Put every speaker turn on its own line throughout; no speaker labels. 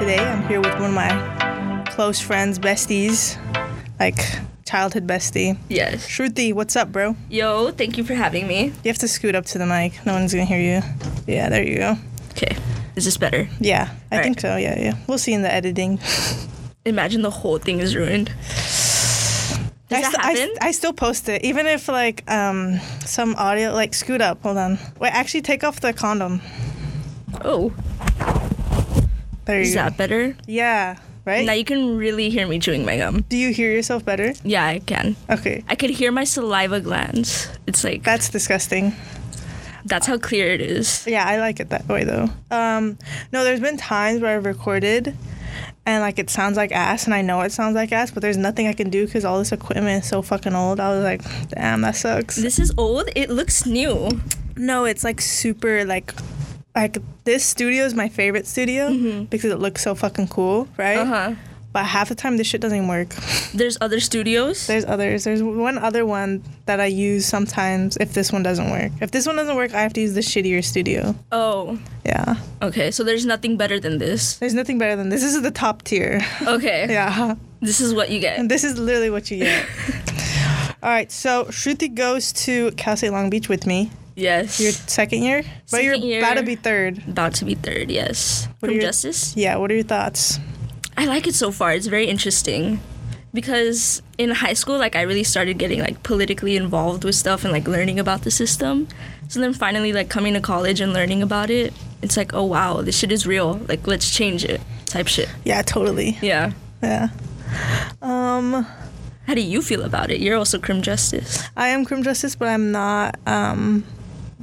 with one of my close friends, besties, like childhood bestie.
Yes.
Shruti, what's up, bro?
Yo, thank you for having me.
You have to scoot up to the mic. No one's gonna hear you. Yeah, there you go.
Okay. Is this better?
Yeah, I
All
think so. Yeah, yeah. We'll see in the editing.
Imagine the whole thing is ruined. Does
I,
that
st- I,
happen?
st- I still post it, even if like um some audio like scoot up. Hold on. Wait, actually, take off the condom.
oh,
There you
is
go.
that better?
Yeah. Right.
Now you can really hear me chewing my gum.
Do you hear yourself better?
Yeah, I can.
Okay.
I could hear my saliva glands. It's like
That's disgusting.
that's how clear it is.
Yeah, I like it that way though. Um, no, there's been times where I've recorded and like it sounds like ass, and I know it sounds like ass, but there's nothing I can do because all this equipment is so fucking old. I was like, damn, that sucks.
This is old. It looks new.
No, it's like super like. Like this studio is my favorite studio because it looks so fucking cool, right?
Uh huh.
But half the time this shit doesn't work.
There's other studios.
There's others. There's one other one that I use sometimes if this one doesn't work. If this one doesn't work, I have to use the shittier studio.
oh.
Yeah.
Okay. So there's nothing better than this.
There's nothing better than this. This is the top tier.
Okay.
yeah.
This is what you get.
And this is literally what you get. All right, so Shruti goes to Cal State Long Beach with me.
Yes.
Your second year, but
Second
you're
year.
about to be third.
about to be third. Yes.
What are
From
your-
justice.
Yeah. What are your thoughts?
I like it so far. It's very interesting because in high school, like I really started getting like politically involved with stuff and like learning about the system. So then finally, like coming to college and learning about it, it's like, oh wow, this shit is real. Like let's change it, type shit.
Yeah, totally.
Yeah.
Yeah. Um,
How do you feel about it? You're also crim justice.
I am crim justice, but I'm not um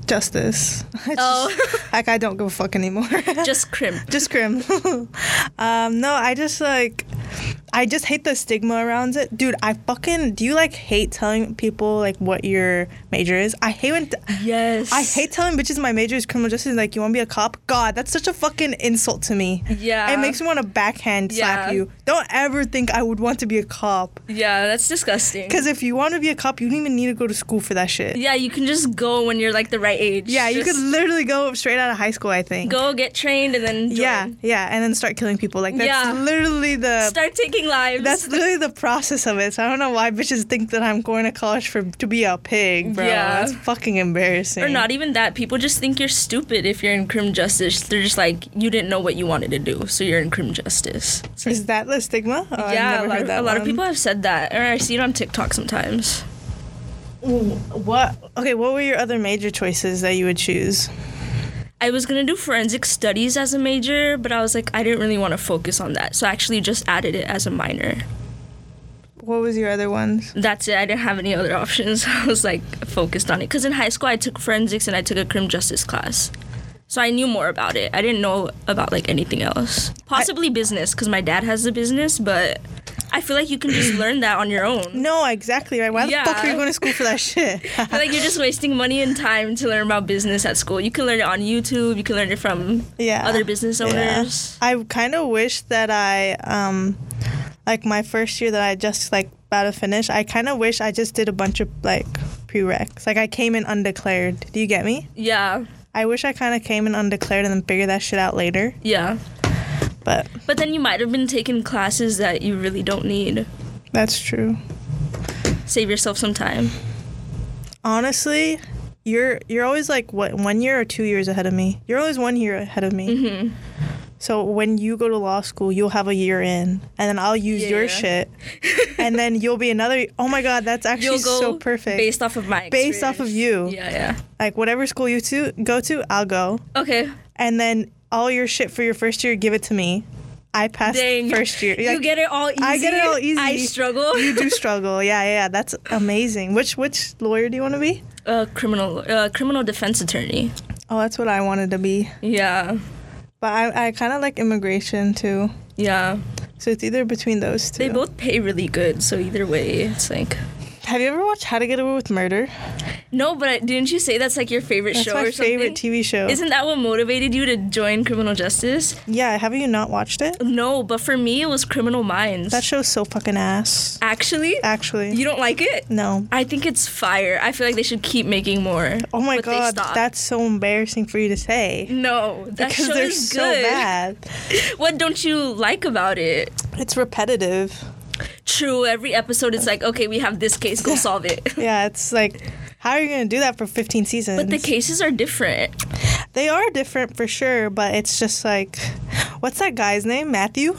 justice. I
Oh.
just- like I don't give a fuck anymore.
Just crim.
just crim. um, no, I just like. I just hate the stigma around it, dude. I fucking do you like hate telling people like what your major is? I hate when
Yes.
I hate telling bitches my major is criminal justice. Like, you want to be a cop? God, that's such a fucking insult to me.
Yeah.
It makes me want to backhand
Yeah.
slap you. Don't ever think I would want to be a cop.
Yeah, that's disgusting.
Because if you want to be a cop, you don't even need to go to school for that shit.
yeah, you can just go when you're like the right age.
Yeah, you
Just
could literally go straight out of high school, I think.
go get trained and then join.
yeah, yeah, and then start killing people. Like, that's
Yeah.
literally the.
Start taking lives.
that's literally the process of it. So I don't know why bitches think that I'm going to college for to be a pig, bro.
Yeah.
That's fucking embarrassing.
Or not even that. People just think you're stupid if you're in crim justice. They're just like, you didn't know what you wanted to do, so you're in crim justice. It's like,
Is that the stigma? Oh, I've
yeah,
never
a, lot
heard
of,
that
a lot of
one.
people have said that. Or I see it on TikTok sometimes.
What? Okay, what were your other major choices that you would choose?
I was gonna do forensic studies as a major, but I was like, I didn't really want to focus on that, so I actually just added it as a minor.
What was your other ones?
That's it. I didn't have any other options. I was like focused on it because in high school I took forensics and I took a crim justice class. So I knew more about it. I didn't know about like anything else. Possibly business because my dad has a business, but I feel like you can just learn that on your own.
No, exactly right. Why
Yeah.
the fuck are you going to school for that shit?
I feel like you're just wasting money and time to learn about business at school. You can learn it on YouTube. You can learn it from
yeah.
other business
Uh, Yeah.
owners.
I kind of wish that I, um, like my first year that I just like about to finish, I kind of wish I just did a bunch of like prereqs. Like I came in undeclared. Do you get me?
Yeah,
I wish I kind of came in undeclared and then figured that shit out later.
yeah.
But
But then you might have been taking classes that you really don't need.
that's true.
Save yourself some time.
honestly you're you're always like what one year or two years ahead of me you're always one year ahead of me
Mm-hmm.
so when you go to law school you'll have a year in and then i'll use your
Yeah.
shit and then you'll be another oh my god that's actually so perfect
based off of my
Based off of
experience.
you.
Yeah,
like whatever school you to go to i'll go
yeah. Okay.
and then all your shit for your first year give it to me i passed
Dang.
first year
you
Like,
get it all easy.
I get it all easy.
I struggle.
you do struggle yeah yeah yeah, that's amazing which which lawyer do you want to be
uh, criminal uh, criminal defense attorney.
oh that's what i wanted to be
Yeah.
But I, I kind of like immigration too.
Yeah.
So it's either between those two.
They both pay really good, so either way, it's like
Have you ever watched How to Get Away with Murder?
No, but I, didn't you say that's like your favorite
That's
show
my
or something?
favorite TV show.
Isn't that what motivated you to join criminal justice?
yeah, have you not watched it?
No, but for me it was Criminal Minds.
That show's so fucking ass.
Actually,
Actually,
you don't like it?
no.
I think it's fire. I feel like they should keep making more.
Oh my
but they
god,
stopped.
that's so embarrassing for you to say.
no, that
Because
show
they're
is
so
good.
bad.
What don't you like about it?
It's repetitive.
True, every episode it's like, okay, we have this case, go solve it.
Yeah, it's like, how are you gonna do that for 15 seasons?
But the cases are different.
they are different for sure, but it's just like, what's that guy's name? Matthew?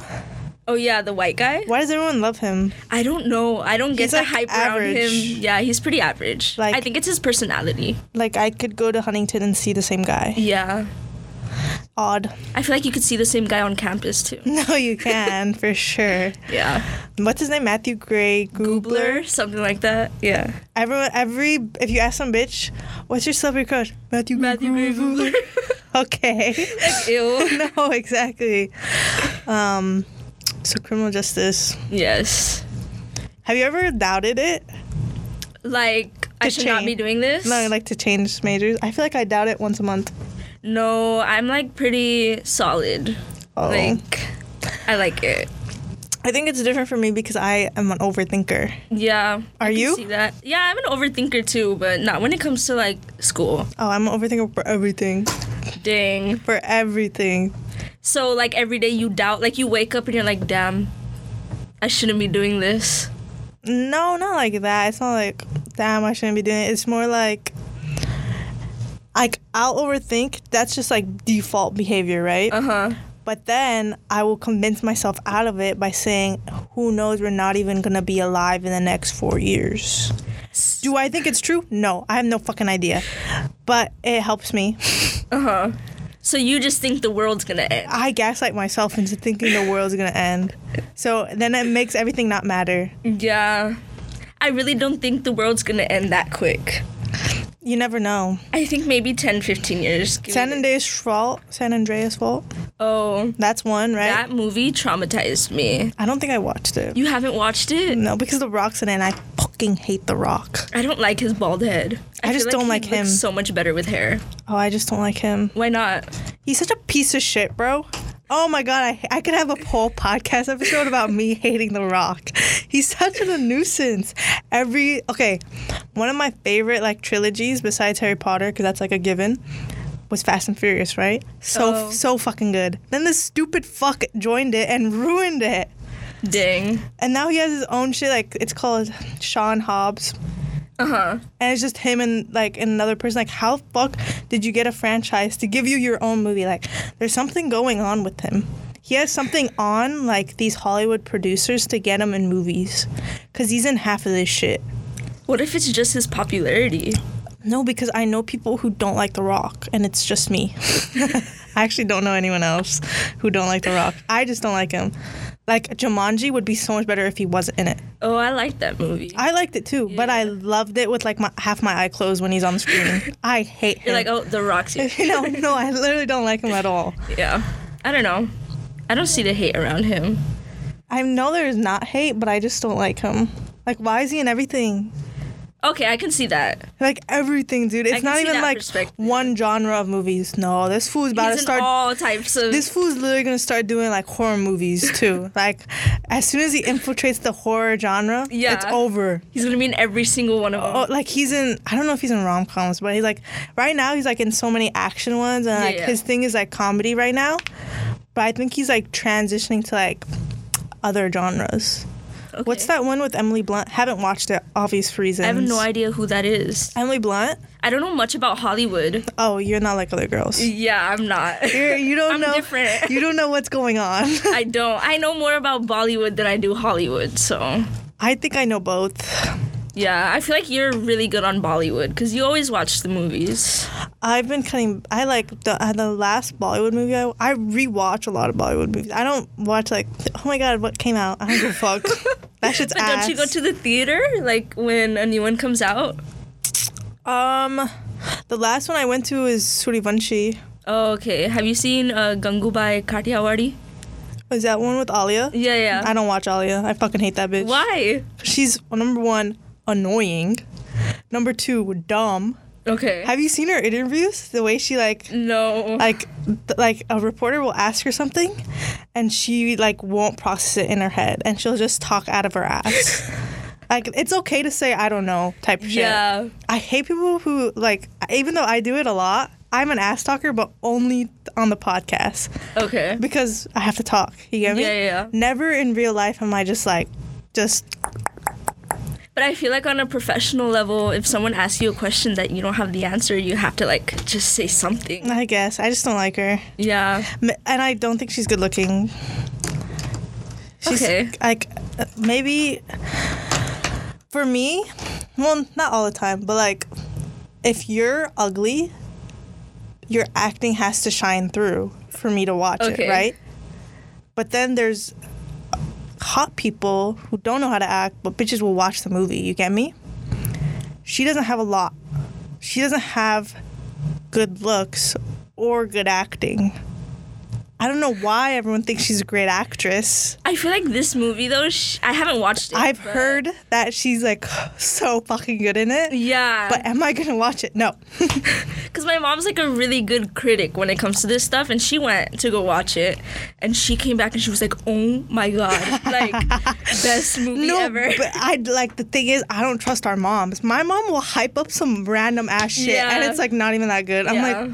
Oh yeah, the white guy.
Why does everyone love him?
I don't know. I don't get
He's,
the
like,
hype around
average.
him. Yeah, he's pretty average.
Like-
I think it's his personality.
Like, I could go to Huntington and see the same guy.
Yeah.
Odd.
I feel like you could see the same guy on campus too.
No, you can for sure.
Yeah.
What's his name? Matthew Gray Goobler.
Blur, something like that. Yeah.
Everyone, every if you ask some bitch, what's your celebrity crush? Matthew,
Matthew Gray Goobler.
Okay.
Ew.
no, exactly. Um, so criminal justice.
Yes.
Have you ever doubted it?
Like I
To
should not
change-
be doing this.
No, like to change majors. I feel like I doubt it once a month.
no, I'm like pretty solid.
Oh.
Like I like it.
I think it's different for me because I am an overthinker.
Yeah. I
Are
can
you?
See that? Yeah, I'm an overthinker too, but not when it comes to like school.
Oh, I'm an overthinker for everything.
Dang.
For everything.
So like every day you doubt, like you wake up and you're like, damn, I shouldn't be doing this.
No, not like that. It's not like, damn, I shouldn't be doing it. It's more like, like I'll overthink. That's just like default behavior, right?
Uh huh.
But then I will convince myself out of it by saying, who knows, we're not even gonna be alive in the next four years. Do I think it's true? No, I have no fucking idea. But it helps me.
Uh huh. So you just think the world's gonna end.
I gaslight myself into thinking the world's gonna end. So then it makes everything not matter.
Yeah. I really don't think the world's gonna end that quick.
You never know.
I think maybe 10, 15 years. Give
San
it-
Andreas fault. San Andreas fault.
Oh,
That's one, right?
that movie traumatized me.
I don't think I watched it.
You haven't watched it?
No, because The Rock's in it, and I fucking hate The Rock.
I don't like his bald head.
I just
feel
don't like
he looks
him.
so much better with hair.
Oh, I just don't like him.
Why not?
He's such a piece of shit, bro. Oh my god, I, I could have a whole podcast episode about me hating The Rock. He's such a nuisance. Every okay, one of my favorite like trilogies besides Harry Potter because that's like a given was Fast and Furious, right? So
Oh.
so fucking good. Then this stupid fuck joined it and ruined it.
Dang.
And now he has his own shit like it's called Sean Hobbs.
Uh huh.
And it's just him and like and another person. Like, how the fuck did you get a franchise to give you your own movie? Like, there's something going on with him. He has something on like these Hollywood producers to get him in movies, cause he's in half of this shit.
What if it's just his popularity?
No, because I know people who don't like The Rock, and it's just me. I actually don't know anyone else who don't like The Rock. I just don't like him. Like Jumanji would be so much better if he wasn't in it.
Oh, I like that movie.
I liked it too, but I loved it with like my half my eye closed when he's on the screen. I hate him.
You're like, oh, The Rock's here.
no, no, I literally don't like him at all.
Yeah. I don't know. I don't see the hate around him.
I know there's not hate, but I just don't like him. Like, why is he in everything?
Okay, I can see that.
Like everything, dude. It's
can
not
see
even
that
like
perspective.
one genre of movies. No, this fool's about
He's
to
in
start.
all types of.
this fool's literally gonna start doing like horror movies too. like, as soon as he infiltrates the horror genre,
Yeah.
it's over.
he's gonna be in every single one of them.
Oh, like he's in. I don't know if he's in rom coms, but he's like right now he's like in so many action ones, and like
Yeah, yeah.
his thing is like comedy right now. But I think he's like transitioning to like other genres.
Okay.
Oh, What's that one with Emily Blunt? Haven't watched it, obvious reasons.
I have no idea who that is.
Emily Blunt?
I don't know much about Hollywood.
Oh, you're not like other girls.
Yeah, I'm not.
You're, you don't
I'm
know.
different.
You don't know what's going on.
I don't. I know more about Bollywood than I do Hollywood. So,
I think I know both.
yeah, I feel like you're really good on Bollywood because you always watch the movies.
I've been cutting. I like the uh, the last Bollywood movie. I, I rewatch a lot of Bollywood movies. I don't watch like oh my god what came out. I don't give a fuck. that shit's
But don't you go
ass.
to the theater like when a new one comes out?
um, the last one I went to is Surivanshi.
Oh, okay. Have you seen uh, Gangubai Kathiawadi?
Is that one with Alia?
Yeah, yeah.
I don't watch Alia. I fucking hate that bitch.
Why?
She's well, number one uh, annoying. Number two, dumb.
Okay.
Have you seen her interviews? The way she like
no.
like th- like a reporter will ask her something and she like won't process it in her head and she'll just talk out of her ass like it's okay to say i don't know type of
Yeah.
shit i hate people who like even though i do it a lot i'm an ass talker but only on the podcast
okay.
because i have to talk you get me
Yeah, yeah, yeah.
never in real life am i just like just
But I feel like on a professional level, if someone asks you a question that you don't have the answer, you have to like just say something.
i guess i just don't like her
Yeah.
M- and i don't think she's good looking she's
Okay.
like uh, maybe for me well not all the time but like if you're ugly your acting has to shine through for me to watch
Okay.
it right but then there's hot people who don't know how to act but bitches will watch the movie you get me she doesn't have a lot she doesn't have good looks or good acting i don't know why everyone thinks she's a great actress
I feel like this movie though, sh- I haven't watched it.
I've
but-
heard that she's like so fucking good in it.
Yeah.
But am I gonna watch it? No.
Because my mom's like a really good critic when it comes to this stuff, and she went to go watch it, and she came back and she was like, "Oh my god, like best movie
no.
ever."
But I like the thing is I don't trust our moms. My mom will hype up some random ass shit and
Yeah.
it's like not even that good. I'm
Yeah.
like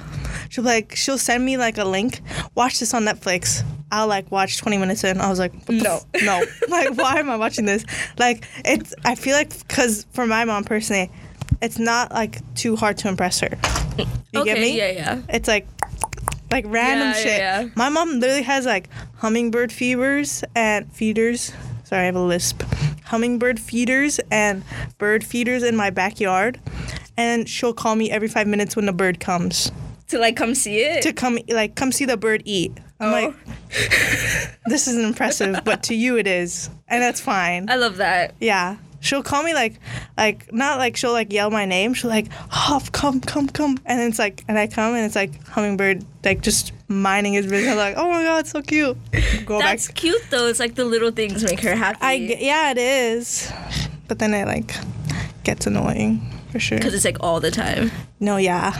she'll be like she'll send me like a link, watch this on Netflix. I'll like watch 20 minutes in. I was like, what the
No.
f- no. Like, why am I watching this? Like, it's, I feel like, because for my mom personally, it's not like too hard to impress her. You
okay,
get me?
yeah, yeah.
It's like like random
Yeah, yeah,
shit.
yeah.
My mom literally has like hummingbird fevers and feeders. Sorry, I have a lisp. Hummingbird feeders and bird feeders in my backyard. And she'll call me every five minutes when the bird comes
To like come see it.
to come, like, come see the bird eat. I'm
Oh.
like, this isn't impressive, but to you it is. And that's fine.
I love that.
Yeah. She'll call me like, like not like she'll like yell my name. She'll like, Hoff, come, come, come, and it's like, and I come and it's like hummingbird, like just minding his business. I'm like, oh my god, so cute. Go
That's
back.
cute though. It's like the little things make her happy.
I g- yeah, it is, but then it like gets annoying for sure.
because it's like all the time
No, yeah,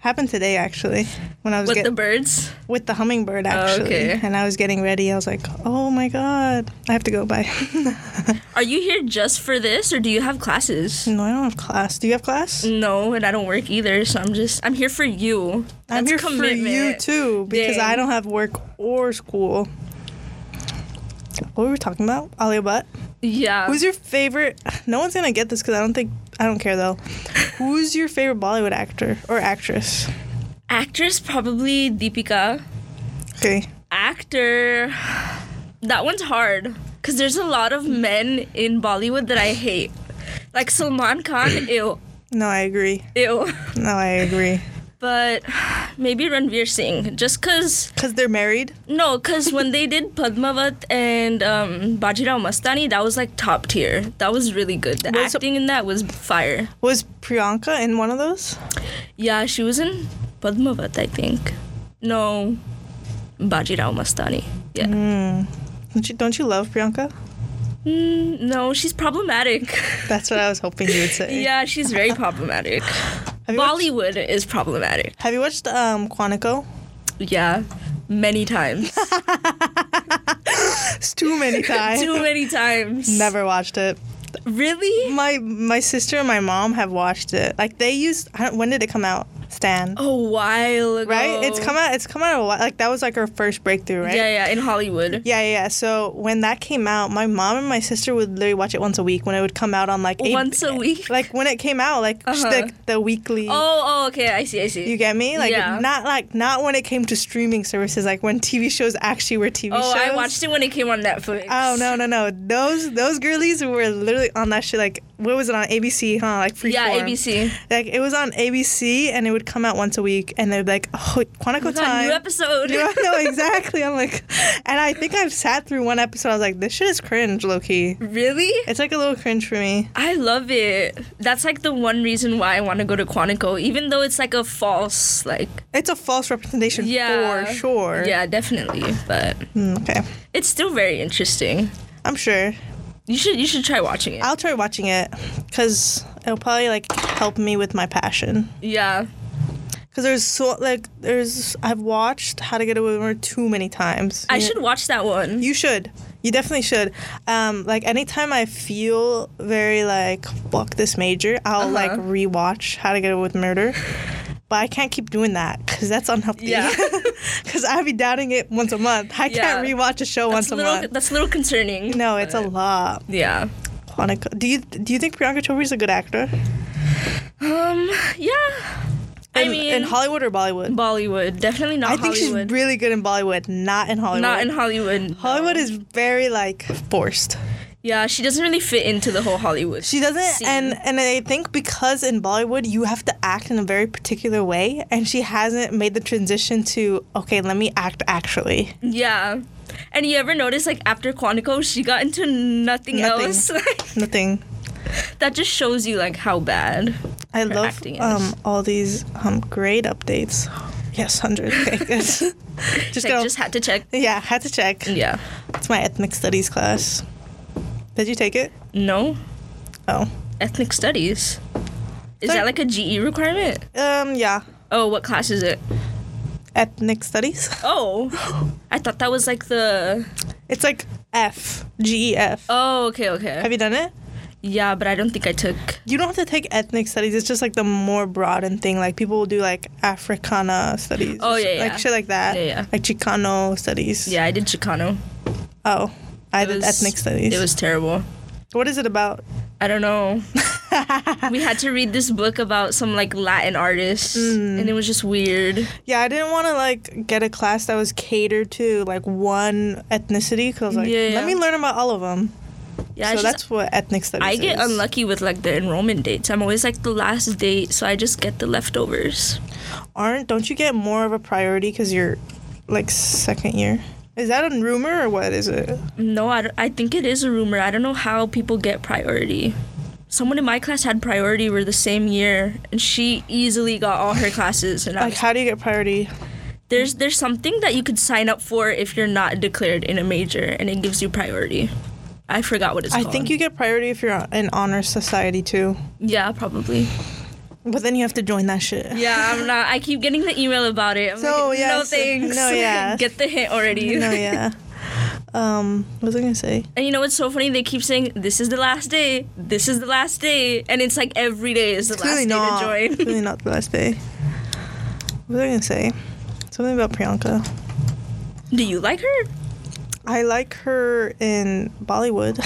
happened today actually when I was
with
get-
the birds.
with the hummingbird actually,
okay.
and I was getting ready. I was like, oh my god, I have to go by.
Are you here just for this, or do you have classes?
no, I don't have class. Do you have class?
No, and I don't work either, so I'm just I'm here for you. That's
I'm here for you
commitment.
too because I
Dang.
don't have work or school. What were we talking about? Ali Butt.
Yeah.
Who's your favorite? No one's gonna get this because I don't think I don't care though. Who's your favorite Bollywood actor or actress?
Actress probably Deepika.
Okay,
actor that one's hard because there's a lot of men in bollywood that i hate like salman khan ew
no, I agree.
ew
No, I agree.
but maybe ranveer singh just because
Cause they're married.
no because when they did padmavat and um, bajirao mastani that was like top tier that was really good the
Was-
acting in that was fire
Was Priyanka in one of those?
yeah she was in padmavat i think no bajirao mastani yeah
Mm. Hmm. Don't you, don't you love Priyanka?
Mm, no she's problematic
That's what I was hoping you would say.
yeah she's very problematic
Have you watched,
Bollywood is problematic.
have you watched um, Quantico?
Yeah, many times.
It's too many times.
Too many times.
Never watched it.
Really?
My my sister and my mom have watched it. Like they used. I don't, when did it come out? Stan.
A while ago.
right. It's come out. It's come out a while. Like that was like her first breakthrough, right?
oh. Yeah, yeah, in Hollywood.
Yeah, yeah, yeah. So when that came out, my mom and my sister would literally watch it once a week when it would come out on like a-
Once a week.
Like when it came out, like just,
Uh-huh.
like, the weekly.
Oh, oh, okay, I see, I see.
You get me? Like
Yeah.
not like not when it came to streaming services, like when TV shows actually were TV
oh,
shows.
I watched it when it came on Netflix.
Oh no no no! Those those girlies were literally on that shit. Like what was it on ABC? Huh? Like free.
Yeah, ABC.
Like it was on ABC and it would come out once a week, and they'd be like, "Oh, Quantico
We got a
time."
new episode.
You know, no, exactly. I'm like, and I think I've sat through one episode. I was like, "This shit is cringe, low key."
really?
It's like a little cringe for me.
I love it. That's like the one reason why I want to go to Quantico, even though it's like a false, like
It's a false representation
yeah,
for sure.
Yeah, definitely. But
Mm, okay,
it's still very interesting.
I'm sure.
You should you should try watching it.
I'll try watching it because it'll probably like help me with my passion.
yeah.
Because there's so like there's I've watched How to Get Away with Murder too many times.
I
You-
should watch that one.
You should. You definitely should. Um, like anytime I feel very like fuck this major, I'll like
Uh-huh.
rewatch How to Get Away with Murder. But I can't keep doing that because that's unhealthy.
Yeah.
Because I'd be doubting it once a month. I can't
Yeah.
rewatch a show once
That's
a
a little
month.
that's a little concerning.
No, it's a lot.
Yeah.
Hanukkah. Do you do you think Priyanka Chopra is a good actor?
Um yeah. I
In-
mean
in Hollywood or Bollywood?
Bollywood. Definitely not
I think
Hollywood.
she's really good in Bollywood, not in Hollywood.
not in Hollywood. no.
Hollywood is very like forced.
Yeah, she doesn't really fit into the whole Hollywood.
She doesn't,
scene.
and and I think because in Bollywood you have to act in a very particular way, and she hasn't made the transition to okay, let me act actually.
yeah. And you ever notice like after Quantico she got into nothing,
Nothing.
else? Like,
Nothing.
that just shows you like how bad.
I
Her
love
acting is-
um all these um grade updates. Yes, hundred. Okay, good. just
like
gonna-
just had to check.
yeah, had to check.
Yeah.
It's my ethnic studies class. Did you take it?
No.
Oh.
Ethnic studies. Is
Sorry.
that like a GE requirement?
Um. Yeah.
Oh, what class is it?
Ethnic studies.
Oh, I thought that was like the.
It's like F G E F.
Oh, okay, okay.
Have you done it?
Yeah, but I don't think I took.
You don't have to take ethnic studies. It's just like the more broadened thing. Like people will do like Africana studies.
Oh, yeah,
Like
yeah.
shit like that.
Yeah, yeah.
Like Chicano studies.
Yeah, I did Chicano.
Oh, I
It
did
was-
ethnic studies.
It was terrible.
what is it about?
I don't know. we had to read this book about some like Latin artist,
Mm.
and it was just weird.
Yeah, I didn't want to like get a class that was catered to like one ethnicity because I was like,
Yeah, yeah.
let me learn about all of them.
Yeah,
so
it's just-
that's what ethnic studies.
I get
is.
unlucky with like the enrollment dates. I'm always like the last date, so I just get the leftovers.
Aren't don't you get more of a priority because you're like second year? Is that a rumor or what is it?
No, I, don't- I think it is a rumor. I don't know how people get priority. Someone in my class had priority. We're the same year, and she easily got all her classes. And I
Like,
was,
how do you get priority?
there's there's something that you could sign up for if you're not declared in a major, and it gives you priority. I forgot what it's
I
called.
think you get priority if you're in honor society too.
Yeah, probably.
But then you have to join that shit.
Yeah, I'm not. I keep getting the email about it. I'm
So,
like,
yeah,
no
so-
thanks.
no, yeah.
Get the hint already.
No, yeah. Um, what was I gonna say?
And you know what's so funny? They keep saying this is the last day. This is the last day, and it's like every day is the
Clearly
last
not.
day to join.
Clearly not the last day. What was I gonna say? Something about Priyanka.
Do you like her?
I like her in Bollywood.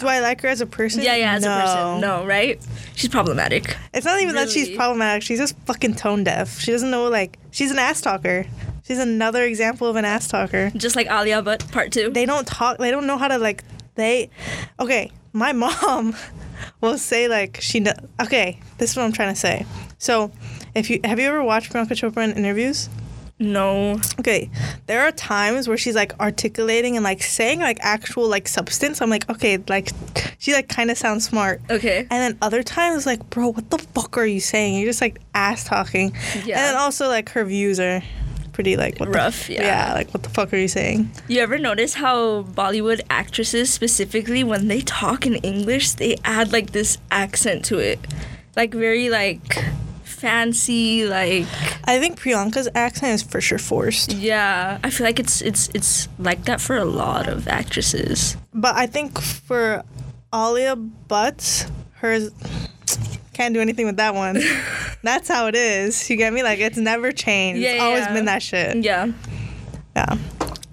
Do I like her as a person?
Yeah, yeah, as a person. No, right? She's problematic.
It's not even that she's
Really?
problematic. She's just fucking tone deaf. She doesn't know like she's an ass talker. She's another example of an ass talker.
Just like Alia but part two.
they don't talk they don't know how to like they okay my mom will say like she kn- okay this is what i'm trying to say so if you have you ever watched priyanka chopra in interviews
no.
okay there are times where she's like articulating and like saying like actual like substance i'm like okay like she like kind of sounds smart
Okay.
and then other times like bro what the fuck are you saying you're just like ass talking and
Yeah.
then also like her views are pretty like what the-
Rough, yeah.
yeah like what the fuck are you saying
You ever notice how Bollywood actresses specifically when they talk in English, they add like this accent to it. Like very like fancy, like
I think Priyanka's accent is for sure forced.
yeah. I feel like it's it's it's like that for a lot of actresses.
But I think for Alia Butt, hers can't do anything with that one. That's how it is. You get me? Like it's never changed.
Yeah,
it's
yeah,
always
yeah.
been that shit.
Yeah.
Yeah.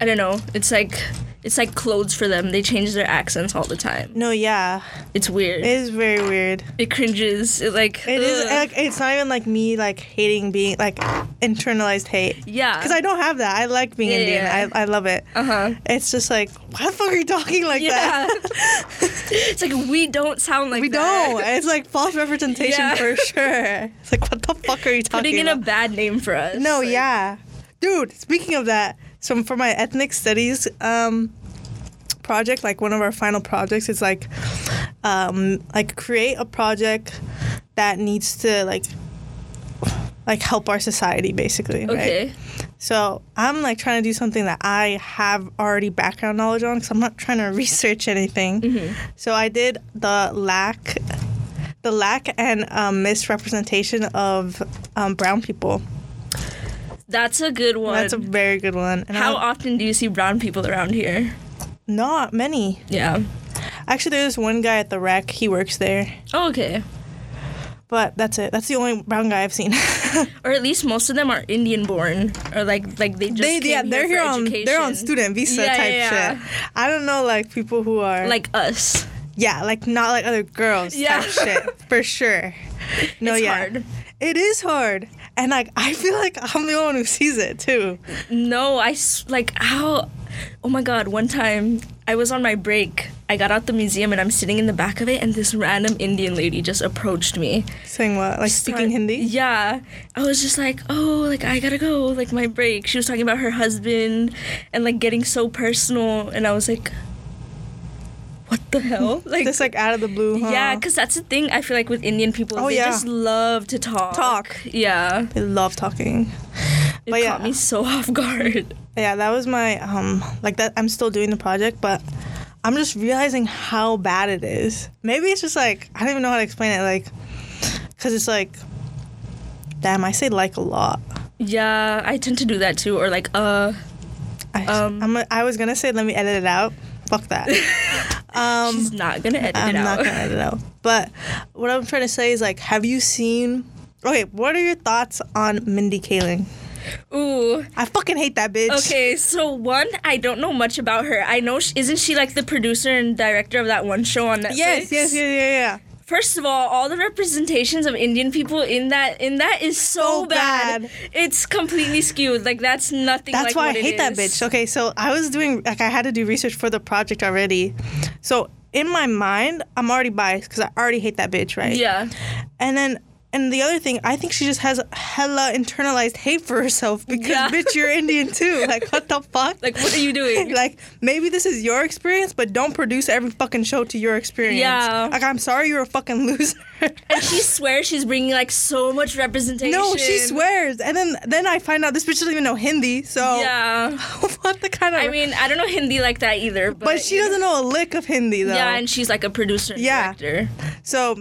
I don't know. It's like it's like clothes for them. They change their accents all the time.
No, yeah.
It's weird.
It is very weird.
It cringes. It like
It is uh,
ugh.
like it's not even like me like hating being like internalized hate.
yeah.
Cause I don't have that. I like being
Yeah,
Indian.
yeah.
I, I love it.
uh huh.
It's just like why the fuck are you talking like
Yeah.
that?
it's like we don't sound like
We
that.
don't. It's like false representation
Yeah.
for sure. It's like, what the fuck are you talking
Putting in a
about?
bad name for us.
no,
Like,
yeah, dude. Speaking of that, so for my ethnic studies um, project, like one of our final projects, is like, um, like create a project that needs to like, like help our society basically.
Okay.
Right? So I'm like trying to do something that I have already background knowledge on because I'm not trying to research anything.
Mm-hmm.
So I did the lack, the lack and um, misrepresentation of um, brown people.
That's a good one.
That's a very good one. And
How
I-
often do you see brown people around here?
not many.
Yeah.
Actually, there's one guy at the rec. He works there,
Oh, okay.
but that's it. That's the only brown guy I've seen.
Or at least most of them are Indian born, or like like they just
they,
came
yeah, they're
for
here on they're on
education.
student visa
Yeah,
type
yeah, yeah.
shit. I don't know like people who are
like us.
Yeah, like not like other girls
Yeah.
type shit. For sure. No,
It's
yeah.
hard.
It is hard. And like I feel like I'm the only one who sees it too.
No, I s- like how. Oh my god! One time I was on my break. I got out the museum and I'm sitting in the back of it, and this random Indian lady just approached me.
Saying what? Like speaking
Start-
Hindi?
Yeah. I was just like, oh, like I gotta go, like my break. She was talking about her husband and like getting so personal, and I was like, what the hell? Like,
Just like out of the blue. Huh?
yeah, because that's the thing I feel like with Indian people.
Oh,
they
yeah.
just love to talk.
Talk.
Yeah.
they love talking.
It
But
caught
yeah.
me so off guard.
Yeah, that was my um like that I'm still doing the project, but I'm just realizing how bad it is. Maybe it's just like I don't even know how to explain it like cuz it's like damn, I say like a lot.
Yeah, I tend to do that too, or like, uh,
I,
Um,
I'm a, I was gonna say let me edit it out. Fuck that. um,
she's not gonna edit
I'm
it
not
out.
gonna edit it out. But what I'm trying to say is like, have you seen? Okay, what are your thoughts on Mindy Kaling?
Ooh.
I fucking hate that bitch.
Okay, so one, I don't know much about her. I know, she, isn't she like the producer and director of that one show on Netflix?
Yes, yes, yeah, yeah, yeah.
First of all, all the representations of Indian people in that in that is so,
So
bad.
bad.
It's completely skewed. Like that's nothing.
That's
like
why I
what it
hate that
is.
bitch. Okay, so I was doing like I had to do research for the project already. So in my mind, I'm already biased because I already hate that bitch, right?
Yeah,
And then and the other thing, I think she just has hella internalized hate for herself because
Yeah.
bitch, you're Indian too. Like what the fuck?
like what are you doing?
like maybe this is your experience, but don't produce every fucking show to your experience.
Yeah.
Like I'm sorry, you're a fucking loser.
and she swears she's bringing like so much representation.
no, she swears, and then then I find out this bitch doesn't even know Hindi. So
Yeah,
what the kind of?
I mean, I don't know Hindi like that either. But,
but she doesn't know a lick of Hindi though.
Yeah, and she's like a producer. And
Yeah.
director.
so.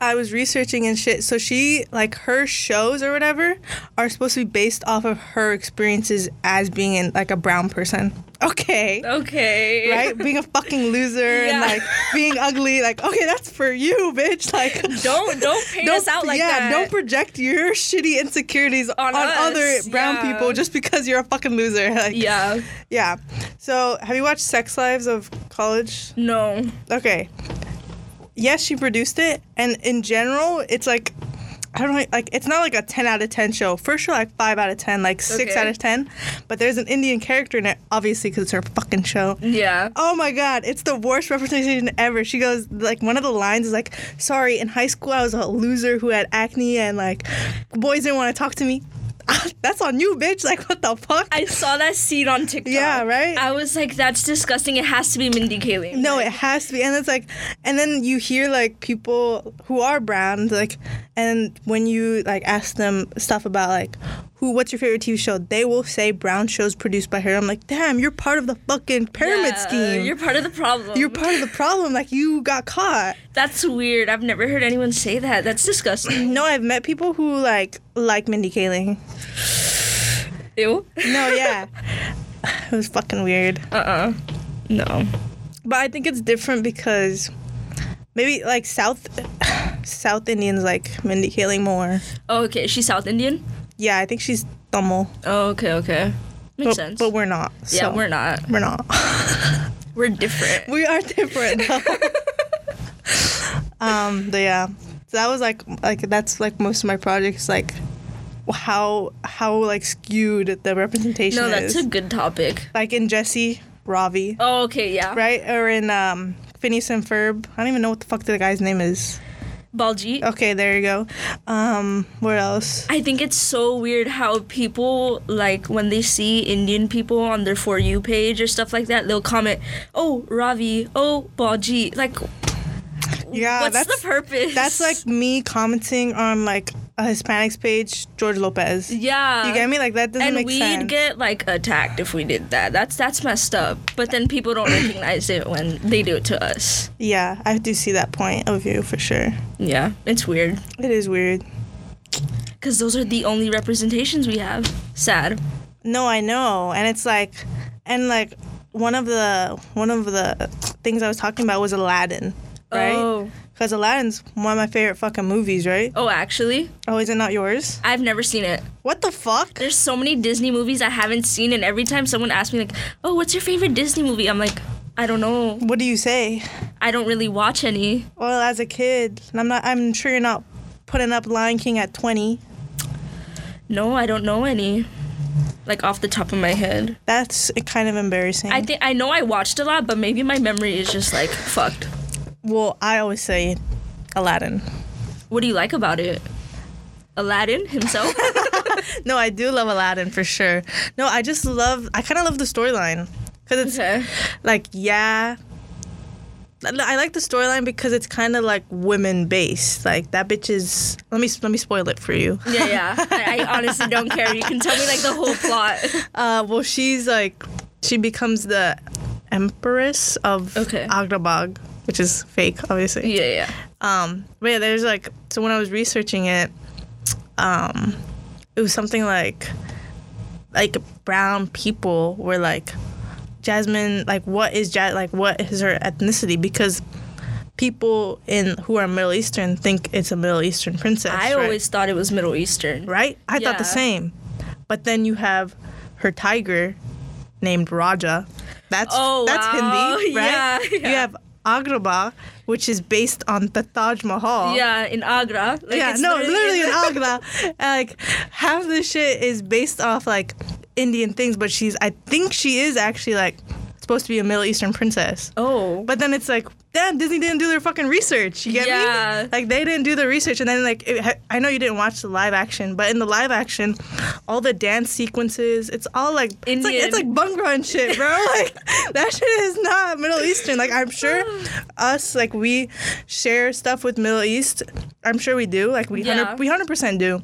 I was researching and shit. So she, like, her shows or whatever are supposed to be based off of her experiences as being, in, like, a brown person. Okay.
Okay.
right? Being a fucking loser and
Yeah.
like being ugly, like okay, that's for you, bitch. Like
Don't don't paint us out like
yeah,
that.
don't project your shitty insecurities on,
us,
other brown
yeah.
people just because you're a fucking loser. Like
yeah.
yeah. So have you watched Sex Lives of College?
No.
Okay. Yes, she produced it, and in general, it's like. I don't know, like it's not like a ten out of ten show. For sure, like five out of ten, like six
Okay.
out of ten. But there's an Indian character in it, obviously, because it's her fucking show.
Yeah.
Oh my god, it's the worst representation ever. She goes like one of the lines is like, "Sorry, in high school I was a loser who had acne and like boys didn't want to talk to me." That's on you, bitch. Like what the fuck?
I saw that scene on TikTok.
Yeah, right?
I was like, that's disgusting. It has to be Mindy Kaling.
no, it has to be. And it's like, and then you hear like people who are brown, like, and when you like ask them stuff about like, who, what's your favorite TV show? They will say brown shows produced by her. I'm like, damn, you're part of the fucking pyramid
Yeah,
scheme.
You're part of the problem.
you're part of the problem. Like you got caught.
that's weird. I've never heard anyone say that. That's disgusting.
No, I've met people who like like Mindy Kaling.
Ew.
No, yeah. it was fucking weird.
Uh uh No.
But I think it's different because maybe like South South Indians like Mindy Kaling more.
Oh, okay. She's South Indian?
Yeah, I think she's Tamil.
Oh, okay, okay. Makes
But,
sense.
but we're not.
yeah,
so
we're not.
we're not.
We're different.
we are different though. um, but yeah. So that was like like that's like most of my projects like how how like skewed the representation
No, that's
is.
a good topic.
like in Jesse, Ravi.
Oh, okay, yeah.
right? Or in um, Phineas and Ferb. I don't even know what the fuck the guy's name is.
Baljeet.
Okay, there you go. Um, what else?
I think it's so weird how people like when they see Indian people on their for you page or stuff like that, they'll comment, "Oh Ravi, oh Baji." Like,
Yeah,
what's
that's
the purpose?
that's like me commenting on like a a Hispanics page, George Lopez.
Yeah.
You get me? Like that doesn't
and
make
we'd
sense.
get like attacked if we did that. That's that's messed up. But then people don't recognize it when they do it to us.
yeah, I do see that point of view for sure.
Yeah, it's weird
It is weird.
because those are the only representations we have. Sad.
No, I know. And it's like and like one of the one of the things I was talking about was Aladdin, right?
Oh,
Cuz Aladdin's one of my favorite fucking movies, right?
oh, actually,
Oh, is it not yours?
I've never seen it.
What the fuck?
There's so many Disney movies I haven't seen, and every time someone asks me like, "Oh, what's your favorite Disney movie?" I'm like, I don't know.
What do you say?
I don't really watch any.
Well, as a kid, and I'm not I'm sure you're not putting up Lion King at 20.
No, I don't know any. Like off the top of my head,
That's kind of embarrassing.
I think I know I watched a lot, but maybe my memory is just like fucked.
well, I always say Aladdin.
What do you like about it? Aladdin himself?
No, I do love Aladdin for sure. No, I just love. I kind of love the storyline because it's
okay.
like yeah. I I like the storyline because it's kind of like women based. Like that bitch is. Let me let me spoil it for you.
Yeah, yeah. I, I honestly don't care. You can tell me like the whole plot.
Uh, well, she's like she becomes the empress of
Okay.
Agrabah, which is fake, obviously.
Yeah, yeah.
Um, but yeah, there's like so when I was researching it, um, it was something like like brown people were like Jasmine, like what is ja- like what is her ethnicity? Because people in who are Middle Eastern think it's a Middle Eastern princess.
I
right?
always thought it was Middle Eastern.
right. I thought the
Yeah.
same, but then you have her tiger named Raja. That's
Oh,
that's
wow.
Hindi, right?
Yeah, yeah.
You have Agrabah, which is based on the Taj Mahal
Yeah, in Agra. Like,
yeah,
it's
no, literally in Agra. And, like half the shit is based off like Indian things, but she's I think she is actually like supposed to be a Middle Eastern princess.
Oh.
But then it's like, damn, Disney didn't do their fucking research. You get
Yeah.
me? Like they didn't do the research, and then like it, I know you didn't watch the live action, but in the live action, all the dance sequences, it's all like it's like it's like
Indian.
Bhangra and shit, bro. like that shit is not Middle Eastern. Like I'm sure us like we share stuff with Middle East. I'm sure we do. Like we
Yeah.
hundred we hundred percent do.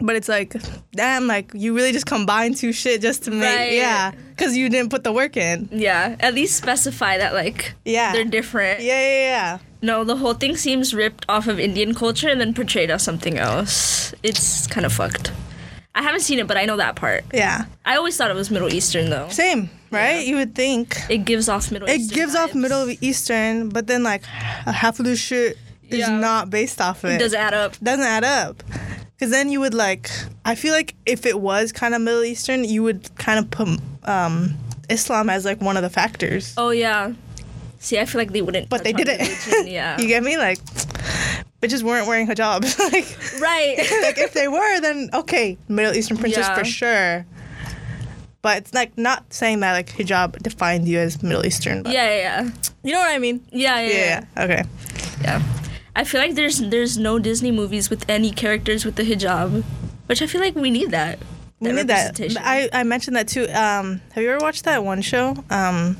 But it's like, damn, like you really just combine two shit just to make,
Right.
yeah, because you didn't put the work in,
Yeah, at least specify that like
yeah,
they're
yeah,
different.
yeah, yeah.
No, the whole thing seems ripped off of Indian culture and then portrayed as something else. It's kind of fucked. I haven't seen it, but I know that part.
Yeah.
I always thought it was Middle Eastern though.
Same, right? You would think.
It gives off Middle
It
Eastern
gives off
vibes.
Middle Eastern, but then like half of the shit is
Yeah.
not based off of it.
Does add up.
Doesn't add up. Cause then you would like. I feel like if it was kind of Middle Eastern, you would kind of put um, Islam as like one of the factors.
Oh yeah. See, I feel like they wouldn't.
But they
touch on
didn't.
religion, Yeah.
You get me? Like, bitches weren't wearing hijabs. like,
right.
like if they were, then okay, Middle Eastern princess
Yeah.
for sure. But it's like not saying that like hijab defined you as Middle Eastern. But
yeah, yeah,
You know what I mean?
yeah, yeah, yeah, yeah,
Okay.
yeah. I feel like there's there's no Disney movies with any characters with the hijab, which I feel like we need that.
We need that.
representation.
I, I mentioned that too. Um, have you ever watched that one show? Um,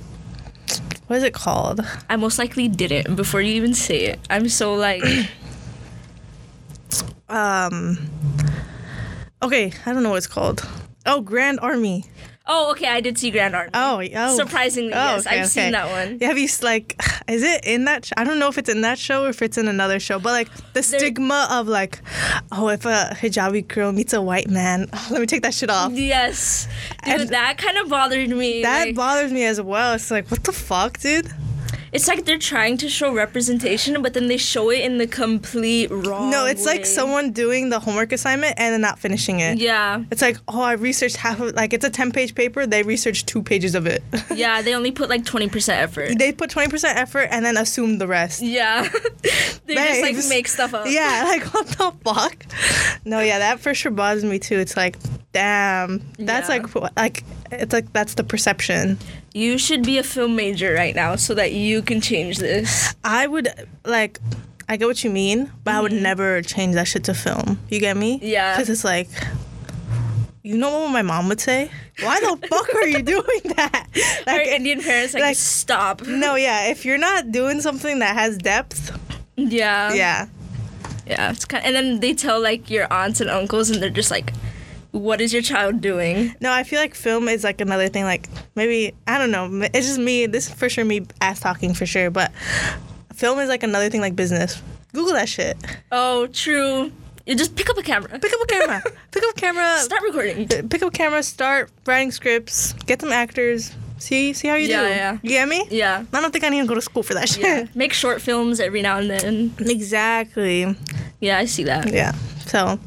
what is it called?
I most likely didn't before you even say it. I'm so like
Um, okay, I don't know what it's called. Oh, Grand Army.
Oh, okay, I did see Grand Army.
Oh, y- oh.
Surprisingly,
Oh,
yes.
okay,
I've
okay.
seen that one.
Yeah, Have you s- like? Is it in that? Sh- I don't know if it's in that show or if it's in another show. But like the stigma of like, oh, if a hijabi girl meets a white man, let me take that shit off.
Yes. Dude,
And-
that kind of bothered me.
That
like-
bothers me as well. It's like, what the fuck, dude?
It's like they're trying to show representation, but then they show it in the complete wrong.
No, it's
way.
like someone doing the homework assignment and then not finishing it.
Yeah,
It's like, oh, I researched half of like it's a ten page paper. They researched two pages of it.
yeah. They only put like twenty percent effort.
they put twenty percent effort and then assumed the rest.
Yeah, they just like
Babes.
make stuff up.
Yeah, like what the fuck? No, yeah, that for sure bothers me too. It's like, damn, that's
Yeah.
like wh- like it's like that's the perception.
You should be a film major right now so that you can change this.
I would like. I get what you mean, but I would never change that shit to film. You get me?
Mm-hmm. Yeah.
Because it's like, you know what my mom would say? Why the fuck are you doing that?
Our
Like,
Indian parents like,
like- Mm.
stop. Um,
no, yeah. If you're not doing something that has depth,
Yeah.
yeah,
Yeah, it's kind. and then they tell like your aunts and uncles, and they're just like, "What is your child doing?"
No, I feel like film is like another thing. Like maybe I don't know. m- It's just me. This is for sure me ass talking for sure. But film is like another thing like business. Google that shit.
Oh, true. You just pick up a camera.
Pick up a camera. pick up a camera.
Start recording.
P- Pick up a camera. Start writing scripts. Get some actors. See see how you
Yeah,
do.
yeah.
You get me?
Yeah.
I don't think I need to go to school for that shit.
Yeah. Make short films every now and then.
Exactly.
Yeah, I see that.
Yeah. So,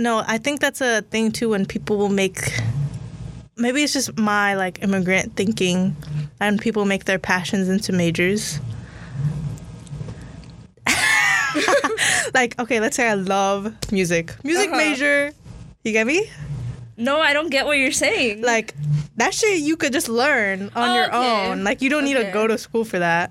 no, I think that's a thing too when people will make. Maybe it's just my like immigrant thinking, and people make their passions into majors. like okay, let's say I love music, music
Uh-huh.
major. You get me?
No, I don't get what you're saying.
Like that shit you could just learn on
Oh,
your
okay.
own. Like you don't need
Okay.
to go to school for that.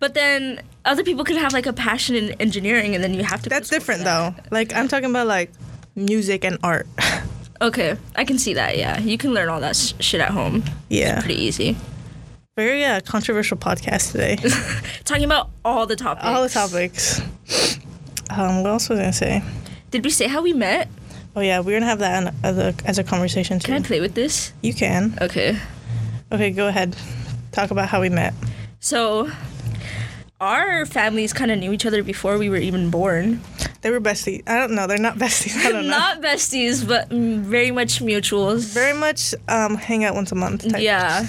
But then other people could have like a passion in engineering, and then you have to.
That's different though. Like I'm talking about like music and art.
though. Okay, I can see that. Yeah, you can learn all that sh- shit at home.
yeah.
Pretty easy.
Very uh, controversial podcast today.
Talking about all the topics.
All the topics. Um, what else was I gonna say?
Did we say how we met?
Oh yeah, we're gonna have that on- as a as a conversation too.
Can I play with this?
you can.
Okay.
Okay, go ahead. Talk about how we met.
So, our families kind of knew each other before we were even born.
They were besties. I don't know. They're not besties. I don't know.
Not besties, but mm, very much mutuals.
Very much um, hang out once a month. Type.
yeah.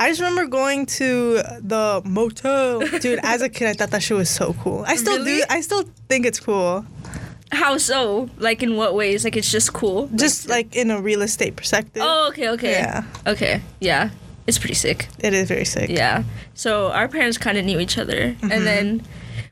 I just remember going to the motel, dude. As a kid, I thought that shit was so cool. I still
Really?
do. I still think it's cool.
How so? Like in what ways? Like it's just cool.
Just like in a real estate perspective,
Oh, okay, okay.
Yeah.
Okay. Yeah. It's pretty sick.
it is very sick.
Yeah. So our parents kind of knew each other,
Mm-hmm.
and then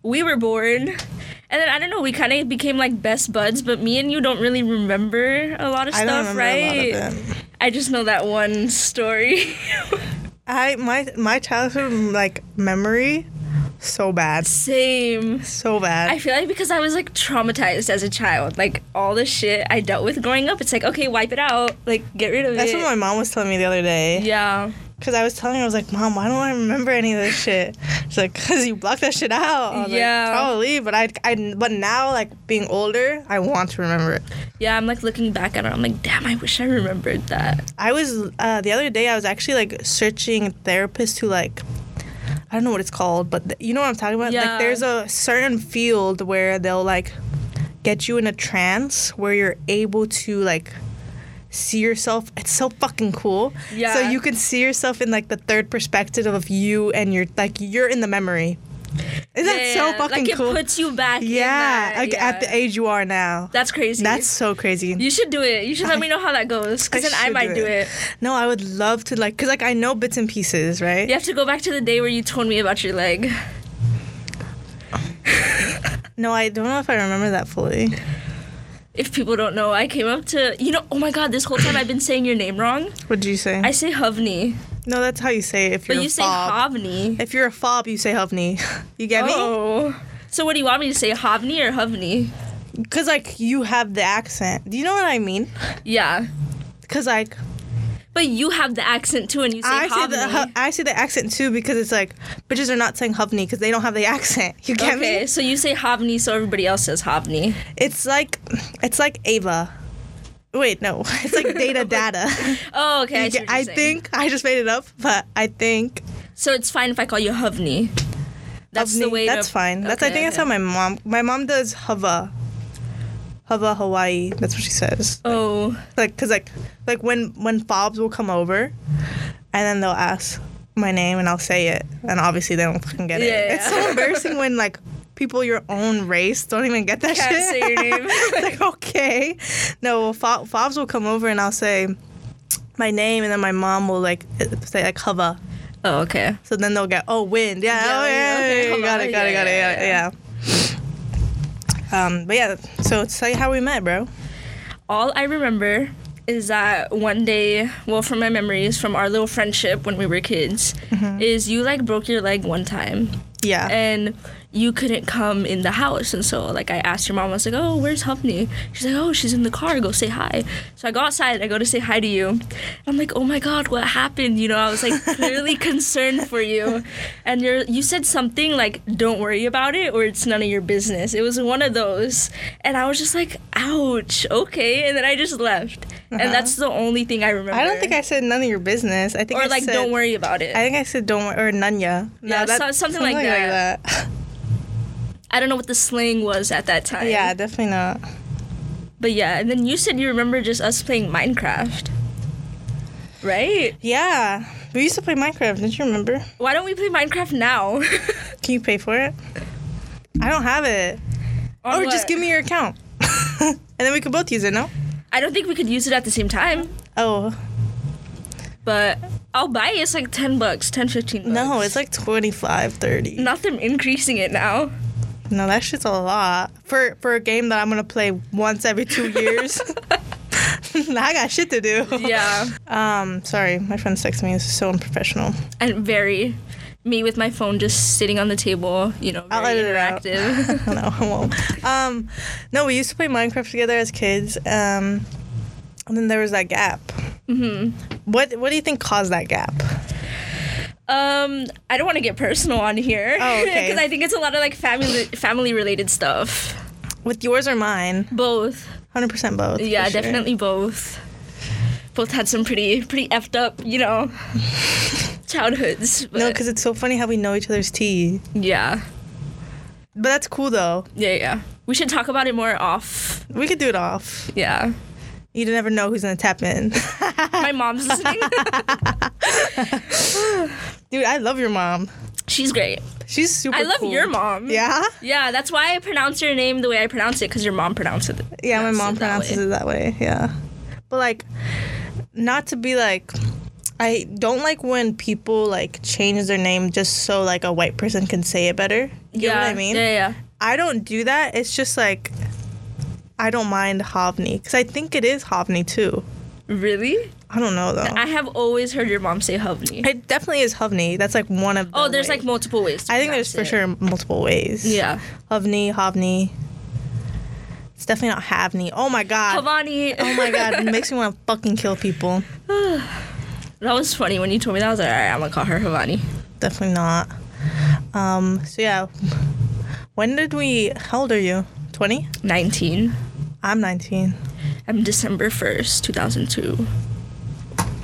we were born, and then I don't know. We kind of became like best buds, but me and you don't really remember a lot of
I don't
stuff,
remember
right?
a lot of it.
I just know that one story.
I my my childhood like memory so bad.
Same.
So bad.
I feel like because I was like traumatized as a child, like all the shit I dealt with growing up, it's like okay, wipe it out, like get rid of
That's
it.
what my mom was telling me the other day.
yeah.
Because I was telling her, I was like, Mom, why don't I remember any of this shit? She's like, Because you blocked that shit out. I was like,
Yeah.
Probably. But I, I, but now, like, being older, I want to remember it.
Yeah, I'm like looking back at it. I'm like, damn, I wish I remembered that.
I was, uh, the other day, I was actually, like, searching therapists who, like, I don't know what it's called, but th- you know what I'm talking about?
Yeah.
Like, there's a certain field where they'll, like, get you in a trance where you're able to, like, see yourself. It's so fucking cool.
Yeah.
So you can see yourself in like the third perspective of you and you're like you're in the memory. Isn't that so
Yeah,
fucking
like it
cool?
puts you back. in
yeah,
that,
like at
yeah.
the age you are now.
That's crazy.
That's so crazy.
you should do it. You should let
I-
me know how that goes, because then I
should
might do it.
No, I would love to like cuz like I know bits and pieces, right?
You have to go back to the day where you told me about your leg.
No, I don't know if I remember that fully.
If people don't know, I came up to you know. Oh my god, this whole time I've been saying your name wrong.
What did you say?
I say Hovni,
no, that's how you say it if
but
you're
you
a
say
fob.
Hovni.
If you're a fob, you say hovni. you get me?
Oh. So what do you want me to say, Hovni or Hovni?
Cuz like you have the accent. Do you know what I mean?
Yeah,
Cuz like
but you have the accent too, and you say
I see
Hovni.
the hu- I see the accent too because it's like bitches are not saying hovni because they don't have the accent. You get
okay,
me?
so you say Hovni, so everybody else says Hovni.
It's like it's like Ava. Wait, no, it's like data data.
Oh, okay. I,
You
see
get-
what you're
I
saying.
think I just made it up, but I think
so. It's fine if I call you Hovni. That's the
hovni-
way.
That's
to-
fine. That's I
Okay,
think that's
okay.
how my mom my mom does hava. Hava Hawaii. That's what she says.
Oh,
Like cuz like like when when fobs will come over and then they'll ask my name and I'll say it and obviously they don't fucking get
Yeah,
it. It's so
yeah.
embarrassing when like people your own race don't even get that
Can't
shit.
say your name.
It's like okay. No, well, fo- fobs will come over and I'll say my name and then my mom will like say like hava.
oh, okay.
So then they'll get oh wind yeah,
Yeah,
oh yeah,
okay,
yeah,
hava,
got it got it
yeah,
got it
yeah,
yeah, yeah. Um, but yeah, so it's like how we met, bro.
All I remember is that one day, well, from
Mm-hmm.
my memories from our little friendship when we were kids, is you like broke your leg one time,
Yeah.
and you couldn't come in the house. And so, like, I asked your mom, I was like, oh, where's Hupney? She's like, oh, she's in the car. Go say hi. So I go outside. I go to say hi to you. And I'm like, oh my God, what happened? You know, I was like clearly concerned for you. And you're, you said something like, don't worry about it or it's none of your business. It was one of those. And I was just like, ouch, okay. And then I just left. And that's the only thing I remember.
Uh-huh. I don't think I said none of your business. I think
Or
I
like,
said,
don't worry about it.
I think I said don't worry or Nanya.
Yeah, so- something like that.
that.
I don't know what the slang was at that time.
yeah, definitely not.
But yeah, and then you said you remember just us playing Minecraft. Right?
Yeah, we used to play Minecraft. Didn't you remember?
Why don't we play Minecraft now?
Can you pay for it? I don't have it.
On
or
what?
Oh, just give me your account, and then we could both use it. No?
I don't think we could use it at the same time,
Oh
but I'll buy it. It's like 10 bucks, 10, 15 bucks.
no, it's like 25, 30.
Not them increasing it now.
No, that shit's a lot for for a game that I'm gonna play once every two years. I got shit to do.
Yeah.
Um, sorry, my friend's texting me. This is so unprofessional.
And very. Me with my phone just sitting on the table, you know,
I'll
very
edit it out.
interactive.
no, I won't. Um, no, we used to play Minecraft together as kids. Um, and then there was that gap. Mm-hmm. What What do you think caused that gap?
um, I don't want to get personal on here
Oh, okay.
I think it's a lot of like family family related stuff.
With yours or mine?
Both.
Hundred percent both. for
Yeah,
sure.
definitely both. Both had some pretty pretty effed up, you know, childhoods. But
No, because it's so funny how we know each other's tea.
yeah,
But that's cool though.
yeah, yeah. We should talk about it more off.
We could do it off.
Yeah,
You never know who's gonna tap in.
my mom's listening.
Dude, I love your mom.
She's great.
She's super.
I love
cool.
your mom.
Yeah,
Yeah, that's why I pronounce your name the way I pronounce it because your mom pronounced it.
yeah. My
pronounced
mom
it that
pronounces
way.
it that way. Yeah, but like, not to be like, I don't like when people like change their name just so like a white person can say it better. You
yeah,
know what I mean?
Yeah, yeah.
I don't do that. It's just like, I don't mind Hovni because I think it is Hovni too.
Really?
I don't know though.
I have always heard your mom say Hovni.
it definitely is Hovni. That's like one of.
oh,
the
there's like
ways.
multiple ways. to
I think there's for
pronounce
sure multiple ways.
it. Yeah.
Hovni, Hovni. It's definitely not Havni. Oh my god.
Havani.
Oh my god, it makes me want to fucking kill people.
That was funny when you told me that. I was like, all right, I'm gonna call her Havani.
Definitely not. Um, so yeah. When did we how old are you? Twenty?
19.
I'm nineteen.
I'm December 1st, 2002.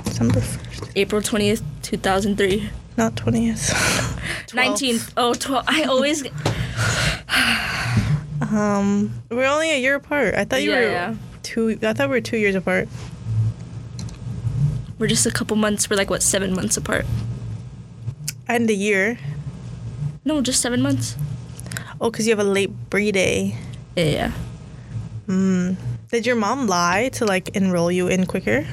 December first.
April 20th, 2003.
Not twentieth.
19th. Oh, 12. I always.
Um we're only a year apart. I thought you
Yeah,
were
yeah.
two I thought we were two years apart.
We're just a couple months. We're like, what, seven months apart?
And a year.
No, just seven months.
Oh, because you have a late breed day.
Yeah, yeah.
Hmm. Did your mom lie to like enroll you in quicker?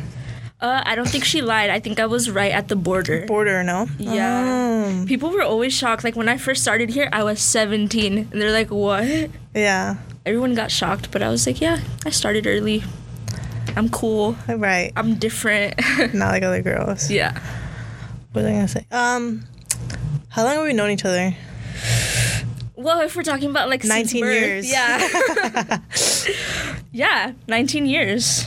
Uh, I don't think she lied. I think I was right at the border.
Border, no?
Yeah.
Um,
People were always shocked. Like, when I first started here, I was 17. And they're like, what?
yeah.
Everyone got shocked, but I was like, yeah, I started early. I'm cool.
Right.
I'm different.
Not like other girls.
yeah.
What was I gonna say? Um, how long have we known each other?
Well, if we're talking about like
19
since birth,
years.
yeah, yeah, nineteen years,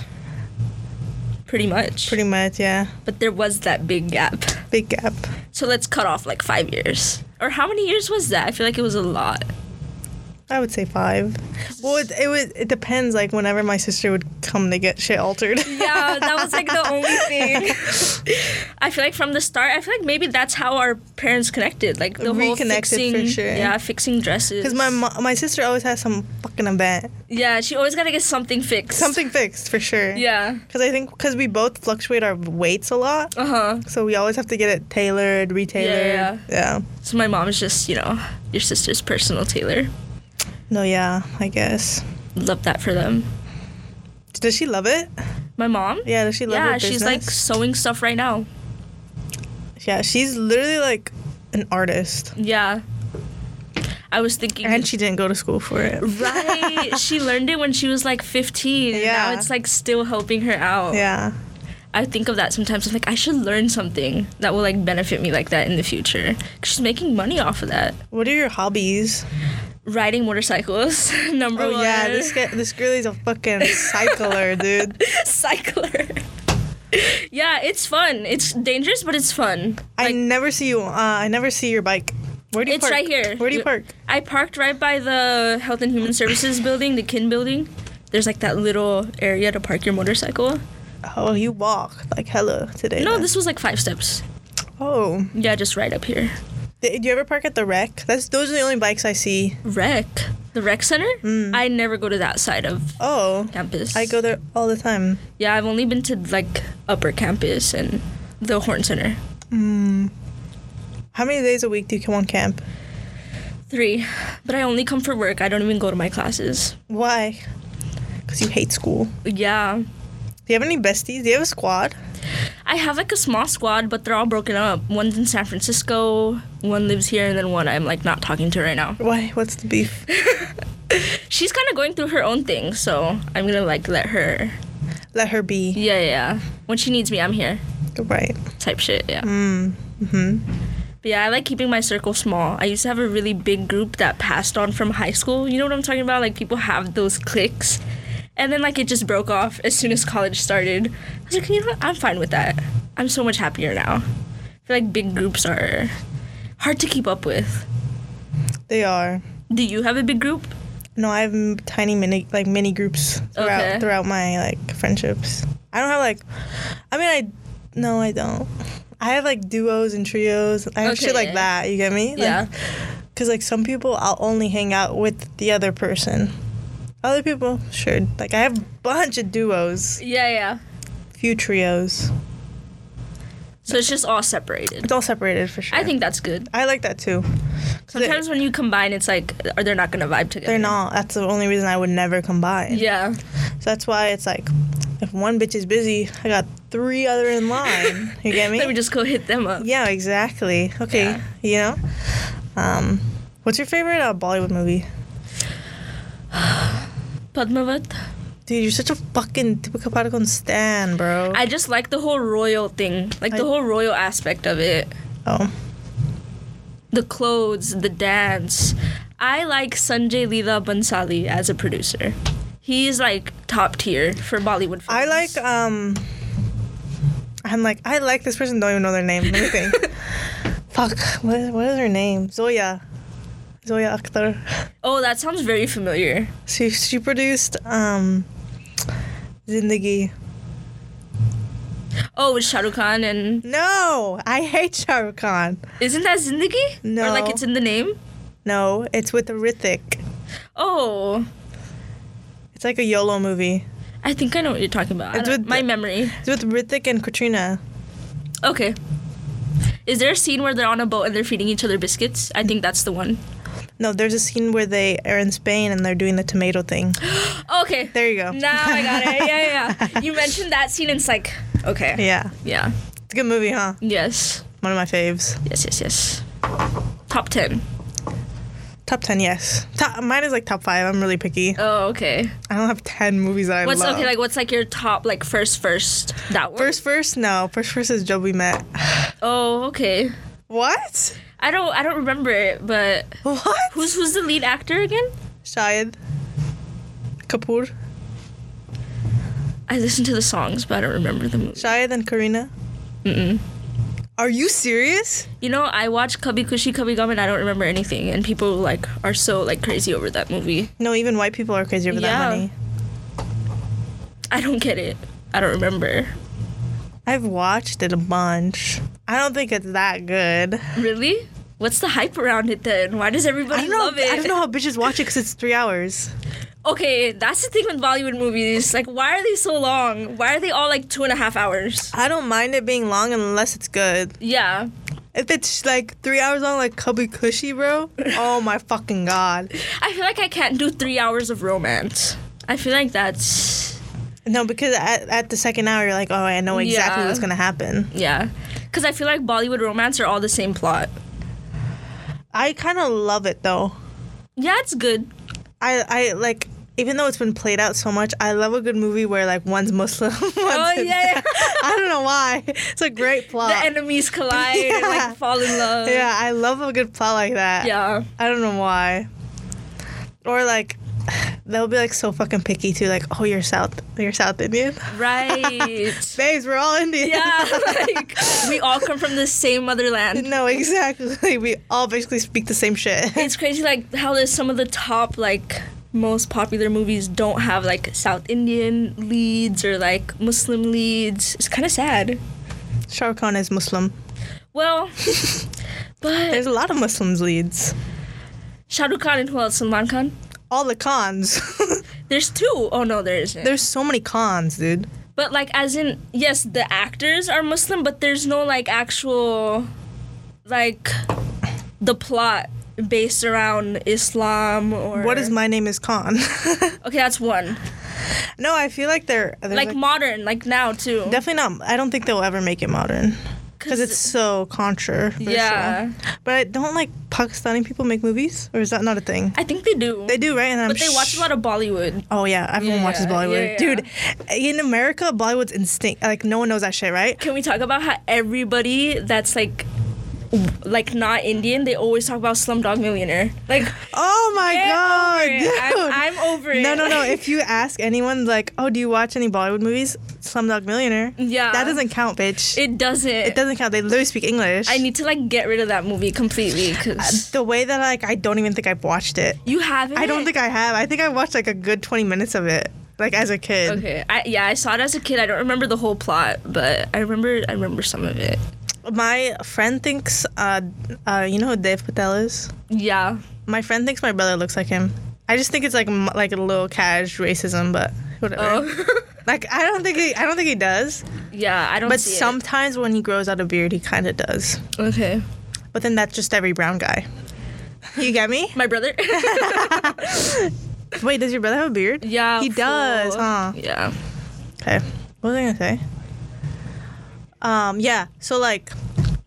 pretty much.
Pretty much, yeah.
But there was that big gap,
Big gap.
so let's cut off like five years. Or how many years was that? I feel like it was a lot.
I would say five. Well, it, it was. It depends. Like whenever my sister would come to get shit altered.
Yeah, that was like the only thing. I feel like from the start, I feel like maybe that's how our parents connected, like the whole
Reconnected for
fixing,
sure.
yeah, fixing dresses.
Because my mo- my sister always has some fucking event,
yeah, she always gotta get something fixed.
something fixed for sure.
Yeah.
Because I think because we both fluctuate our weights a lot,
Uh huh.
so we always have to get it tailored, retailored.
Yeah,
yeah.
So my mom is just, you know, your sister's personal tailor.
No, yeah. I guess.
Love that for them.
Does she love it?
My mom?
Yeah. Does she love
Yeah,
her
she's like
business?
sewing stuff right now.
Yeah. She's literally like an artist.
Yeah. I was thinking.
And she didn't go to school for it.
right. she learned it when she was like 15. And
Yeah.
now it's like still helping her out.
Yeah.
I think of that sometimes. I'm like, I should learn something that will like benefit me like that in the future. 'Cause she's making money off of that.
What are your hobbies?
Riding motorcycles, number
Oh
one.
yeah, this guy, this girlie's a fucking cycler, dude.
cycler. yeah, it's fun. It's dangerous, but it's fun.
I never see you. Uh, I never see your bike. Where do you
It's
park?
right here.
Where do you
You-
park?
I parked right by the Health and Human Services building, the KIN building. There's like that little area to park your motorcycle.
Oh, you walk like hella today.
No,
then.
this was like five steps.
Oh,
Yeah, just right up here.
did you ever park at the wreck? That's those are the only bikes I see.
Rec. The rec center? I never go to that side of
Oh,
campus.
Mm. I go there all the time.
Yeah, I've only been to like upper campus and the Horn Center.
Mm. How many days a week do you come on camp?
Three. But I only come for work. I don't even go to my classes.
Why? Because you hate school.
Yeah.
Do you have any besties? Do you have a squad?
I have like a small squad, but they're all broken up. One's in San Francisco, one lives here, and then one I'm like not talking to right now.
Why? What's the beef?
She's kind of going through her own thing, so I'm gonna like let her.
Let her be.
Yeah, yeah. yeah. When she needs me, I'm here.
Right.
Type shit, yeah.
Mm. Hmm.
But yeah, I like keeping my circle small. I used to have a really big group that passed on from high school. You know what I'm talking about? Like people have those cliques. And then like it just broke off as soon as college started. I was like, you know what? I'm fine with that. I'm so much happier now. I feel like big groups are hard to keep up with.
They are.
Do you have a big group?
No, I have m- tiny mini like mini groups throughout
Okay.
throughout my like friendships. I don't have like, I mean I, no I don't. I have like duos and trios. I have
Okay,
shit like
yeah.
that. You get me? Like,
Yeah.
Cause like some people I'll only hang out with the other person. Other people sure. Like I have a bunch of duos,
Yeah, yeah.
few trios.
So it's just all separated.
It's all separated for sure.
I think that's good.
I like that too.
Sometimes when you combine, it's like, are they not gonna vibe together?
They're not. That's the only reason I would never combine.
Yeah.
So that's why it's like, if one bitch is busy, I got three other in line. You get me?
Let me just go hit them up.
yeah, exactly. Okay, you know. Um, what's your favorite uh, Bollywood movie?
Padmavat.
Dude, you're such a fucking typical Padukone stan, bro.
I just like the whole royal thing, like
I-
the whole royal aspect of it.
oh,
The clothes, the dance. I like Sanjay Leela Bansali as a producer. He is like top tier for Bollywood films.
I like. Um, I'm like, I like this person. Don't even know their name. Let me think. Fuck. What is, what is her name? Zoya. Zoya Akhtar.
Oh, that sounds very familiar.
She she produced um, Zindagi.
Oh, with Shah Rukh Khan and
No, I hate Shah Rukh Khan.
isn't that Zindagi? Or
No.
like it's in the name?
No, it's with Rithik.
Oh,
It's like a YOLO movie.
I think I know what you're talking about. I
It's
don't-
with
my
the-
memory.
It's with Rithik and Katrina.
Okay. Is there a scene where they're on a boat and they're feeding each other biscuits? I think that's the one.
No, there's a scene where they are in Spain and they're doing the tomato thing.
Okay.
There you go.
Now I got it. Yeah, yeah. You mentioned that scene, and it's like, okay.
Yeah.
Yeah.
It's a good movie, huh?
Yes.
One of my faves.
Yes, yes, yes. Top 10.
Top 10, yes. Top, mine is like top 5. I'm really picky.
Oh, okay.
I don't have 10 movies that I
What's
love.
okay? Like, what's like your top, like, first, first? That one?
First, first, no. First, first is Joe We Met.
Oh, okay.
What?
I don't, I don't remember it, but
What?
who's, who's the lead actor again?
Shayad Kapoor.
I listened to the songs, but I don't remember the movie.
Shayad and Karina.
Mm-mm.
Are you serious?
You know, I watched Cubby Cushy Cubby Gum and I don't remember anything, and people like are so like crazy over that movie.
No, even white people are crazy over that
Yeah.
money.
I don't get it. I don't remember.
I've watched it a bunch. I don't think it's that good.
Really? What's the hype around it then? Why does everybody
I don't know.
love it?
I don't know how bitches watch it because it's three hours.
Okay, that's the thing with Bollywood movies. Like, why are they so long? Why are they all like two and a half hours?
I don't mind it being long unless it's good.
Yeah.
If it's like three hours long, like Cubby Cushy, bro. Oh my fucking god.
I feel like I can't do three hours of romance. I feel like that's.
No, because at, at the second hour you're like, oh, I know exactly
Yeah.
what's gonna happen.
Yeah. Because I feel like Bollywood romance are all the same plot.
I kind of love it though.
Yeah, it's good.
I I like even though it's been played out so much, I love a good movie where like one's Muslim. one's
Oh,
Hindu.
yeah, yeah.
I don't know why. It's a great plot.
the enemies collide and
Yeah.
like fall in love.
Uh, yeah, I love a good plot like that.
Yeah.
I don't know why. Or like they'll be like so fucking picky too, like, oh you're South you're South Indian.
Right.
Babes, we're all Indian.
yeah. Like we all come from the same motherland.
no, exactly. We all basically speak the same shit.
It's crazy like how there's some of the top like most popular movies don't have like South Indian leads or like Muslim leads. It's kind of sad.
Shah Rukh Khan is Muslim.
Well, but
There's a lot of Muslims leads.
Shah Rukh Khan and who else? Salman Khan.
All the cons.
There's two. Oh no, there isn't.
There's so many cons, dude.
But like, as in, yes, the actors are Muslim, but there's no like actual, like, the plot based around Islam or
What is my name is Khan?
Okay, that's one.
no, I feel like they're, they're
Like,
like,
modern, like now too.
definitely not. I don't think they'll ever make it modern because it's so controversial.
yeah.
But don't like Pakistani people make movies, or is that not a thing?
I think they do.
They do, right? And I'm
but they watch a lot of Bollywood.
Oh yeah, everyone
Yeah,
watches
yeah,
Bollywood,
yeah.
dude. In America, Bollywood's instinct. Like no one knows that shit, right?
Can we talk about how everybody that's like, like not Indian, they always talk about Slumdog Millionaire. Like,
Oh my
Get
god,
over it.
dude.
I'm, I'm over it.
no, no, no.
Like,
If you ask anyone, like, oh, do you watch any Bollywood movies? Slumdog Millionaire.
Yeah.
That doesn't count, bitch. It,
it doesn't. It
doesn't count. They literally speak English.
I need to like get rid of that movie completely because
the way that like I don't even think I've watched it.
you haven't.
I don't think I have. I think I watched like a good twenty minutes of it, like as a kid.
Okay. I, yeah, I saw it as a kid. I don't remember the whole plot, but I remember I remember some of it.
My friend thinks, uh, uh, you know who Dave Patel is?
Yeah.
My friend thinks my brother looks like him. I just think it's like m- like a little cash racism, but whatever.
Oh.
Like I don't think he, I don't think he does.
yeah. I don't.
But
see it.
sometimes when he grows out a beard, he kind of does.
Okay.
But then that's just every brown guy. You get me?
My brother.
Wait, does your brother have a beard?
yeah.
He does,
fool.
huh?
Yeah.
Okay. What was I gonna say? Um, yeah. So like,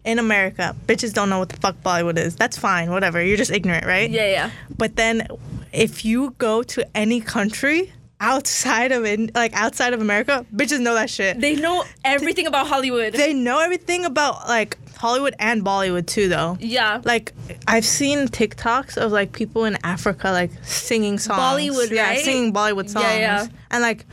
in America, bitches don't know what the fuck Bollywood is. That's fine. Whatever. You're just ignorant, right?
Yeah. Yeah.
But then, if you go to any country outside of in, like outside of America, bitches know that shit.
They know everything about Hollywood.
They know everything about like Hollywood and Bollywood too, though.
yeah.
Like I've seen TikToks of like people in Africa like singing songs.
Bollywood,
yeah,
right?
singing Bollywood songs.
Yeah, yeah.
And like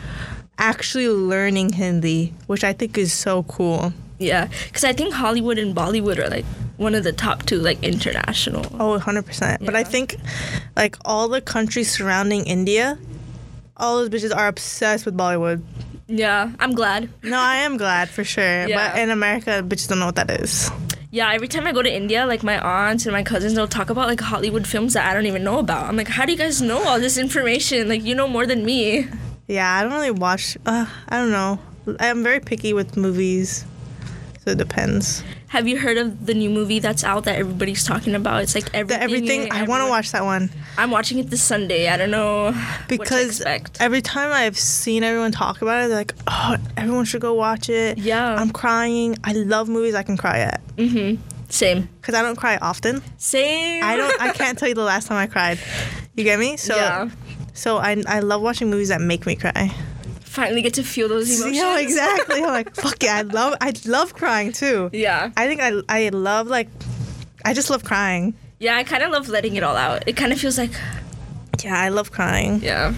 actually learning Hindi, which I think is so cool.
yeah. Because I think Hollywood and Bollywood are like one of the top two like international.
Oh, 100%. But I
Yeah.
think like all the countries surrounding India, all those bitches are obsessed with Bollywood.
Yeah. I'm glad.
No, I am glad for sure.
Yeah.
But in America, bitches don't know what that is.
Yeah, every time I go to India, like my aunts and my cousins, they'll talk about like Hollywood films that I don't even know about. I'm like, how do you guys know all this information? Like, you know more than me.
Yeah, I don't really watch. Uh, I don't know. I'm very picky with movies, so it depends.
Have you heard of the new movie that's out that everybody's talking about? It's like
The
everything.
everything
and
I want to
everyone-
watch that one
I'm watching it this Sunday. I don't know what to
because
expect.
every time I've seen everyone talk about it, they're like, "Oh, everyone should go watch it."
Yeah. Mm-hmm.
I'm crying. I love movies I can cry at
Same.
because I don't cry often.
Same.
I don't. I can't tell you the last time I cried. You get me? So,
Yeah.
so I I love watching movies that make me cry.
Finally get to feel those emotions.
Yeah, exactly. I'm like, fuck yeah, I love I love crying too.
Yeah.
I think I I love like I just love crying.
Yeah, I kind of love letting it all out. It kind of feels like,
Yeah, I love crying.
yeah.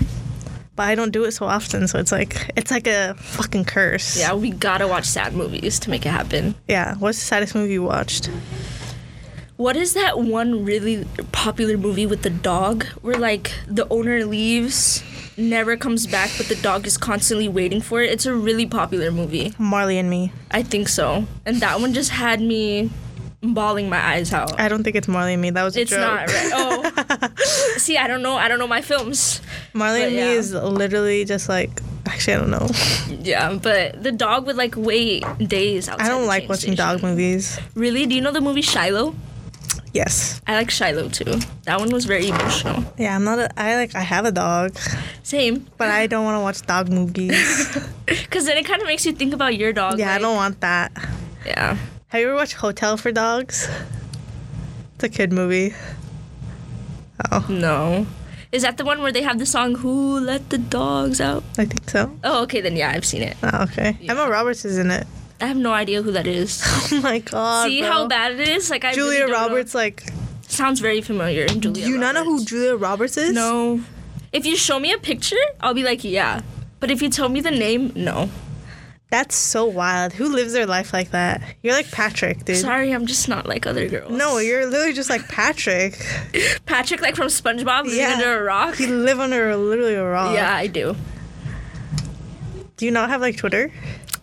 But I don't do it so often, so it's like it's like a fucking curse.
Yeah, we gotta watch sad movies to make it happen.
Yeah. What's the saddest movie you watched?
What is that one really popular movie with the dog where like the owner leaves, never comes back, but the dog is constantly waiting for it? It's a really popular movie.
Marley and me.
I think so. And that one just had me bawling my eyes out.
I don't think it's Marley and me. That was a
It's
joke.
not right. Oh. See, I don't know. I don't know my films.
Marley
But
and me
yeah.
is literally just like actually I don't know.
Yeah, but the dog would like wait days outside.
I don't
the
like
train
watching
station.
dog movies.
Really? Do you know the movie Shiloh?
Yes.
I like Shiloh too. That one was very emotional.
Yeah, I'm not a I like I have a dog,
Same.
but I don't want to watch dog movies.
Because then it kind of makes you think about your dog.
yeah, I
like-
don't want that.
Yeah.
Have you ever watched Hotel for Dogs? It's a kid movie. Oh.
No. Is that the one where they have the song "Who Let the Dogs Out"?
I think so.
Oh, okay, then yeah, I've seen it.
Oh, okay. Emma Roberts is in it.
I have no idea who that is.
Oh my god.
See
bro.
how bad it is? Like I really
Julia
don't know.
Roberts like
sounds very familiar. Julia.
Do you not know who
Roberts.
Julia Roberts is?
No. If you show me a picture, I'll be like, yeah. But if you tell me the name, no.
That's so wild. Who lives their life like that? You're like Patrick, dude.
Sorry, I'm just not like other girls.
No, you're literally just like Patrick.
Patrick, like from SpongeBob, living
Yeah.
under a rock.
you live under a- literally a rock.
Yeah, I do.
Do you not have like Twitter?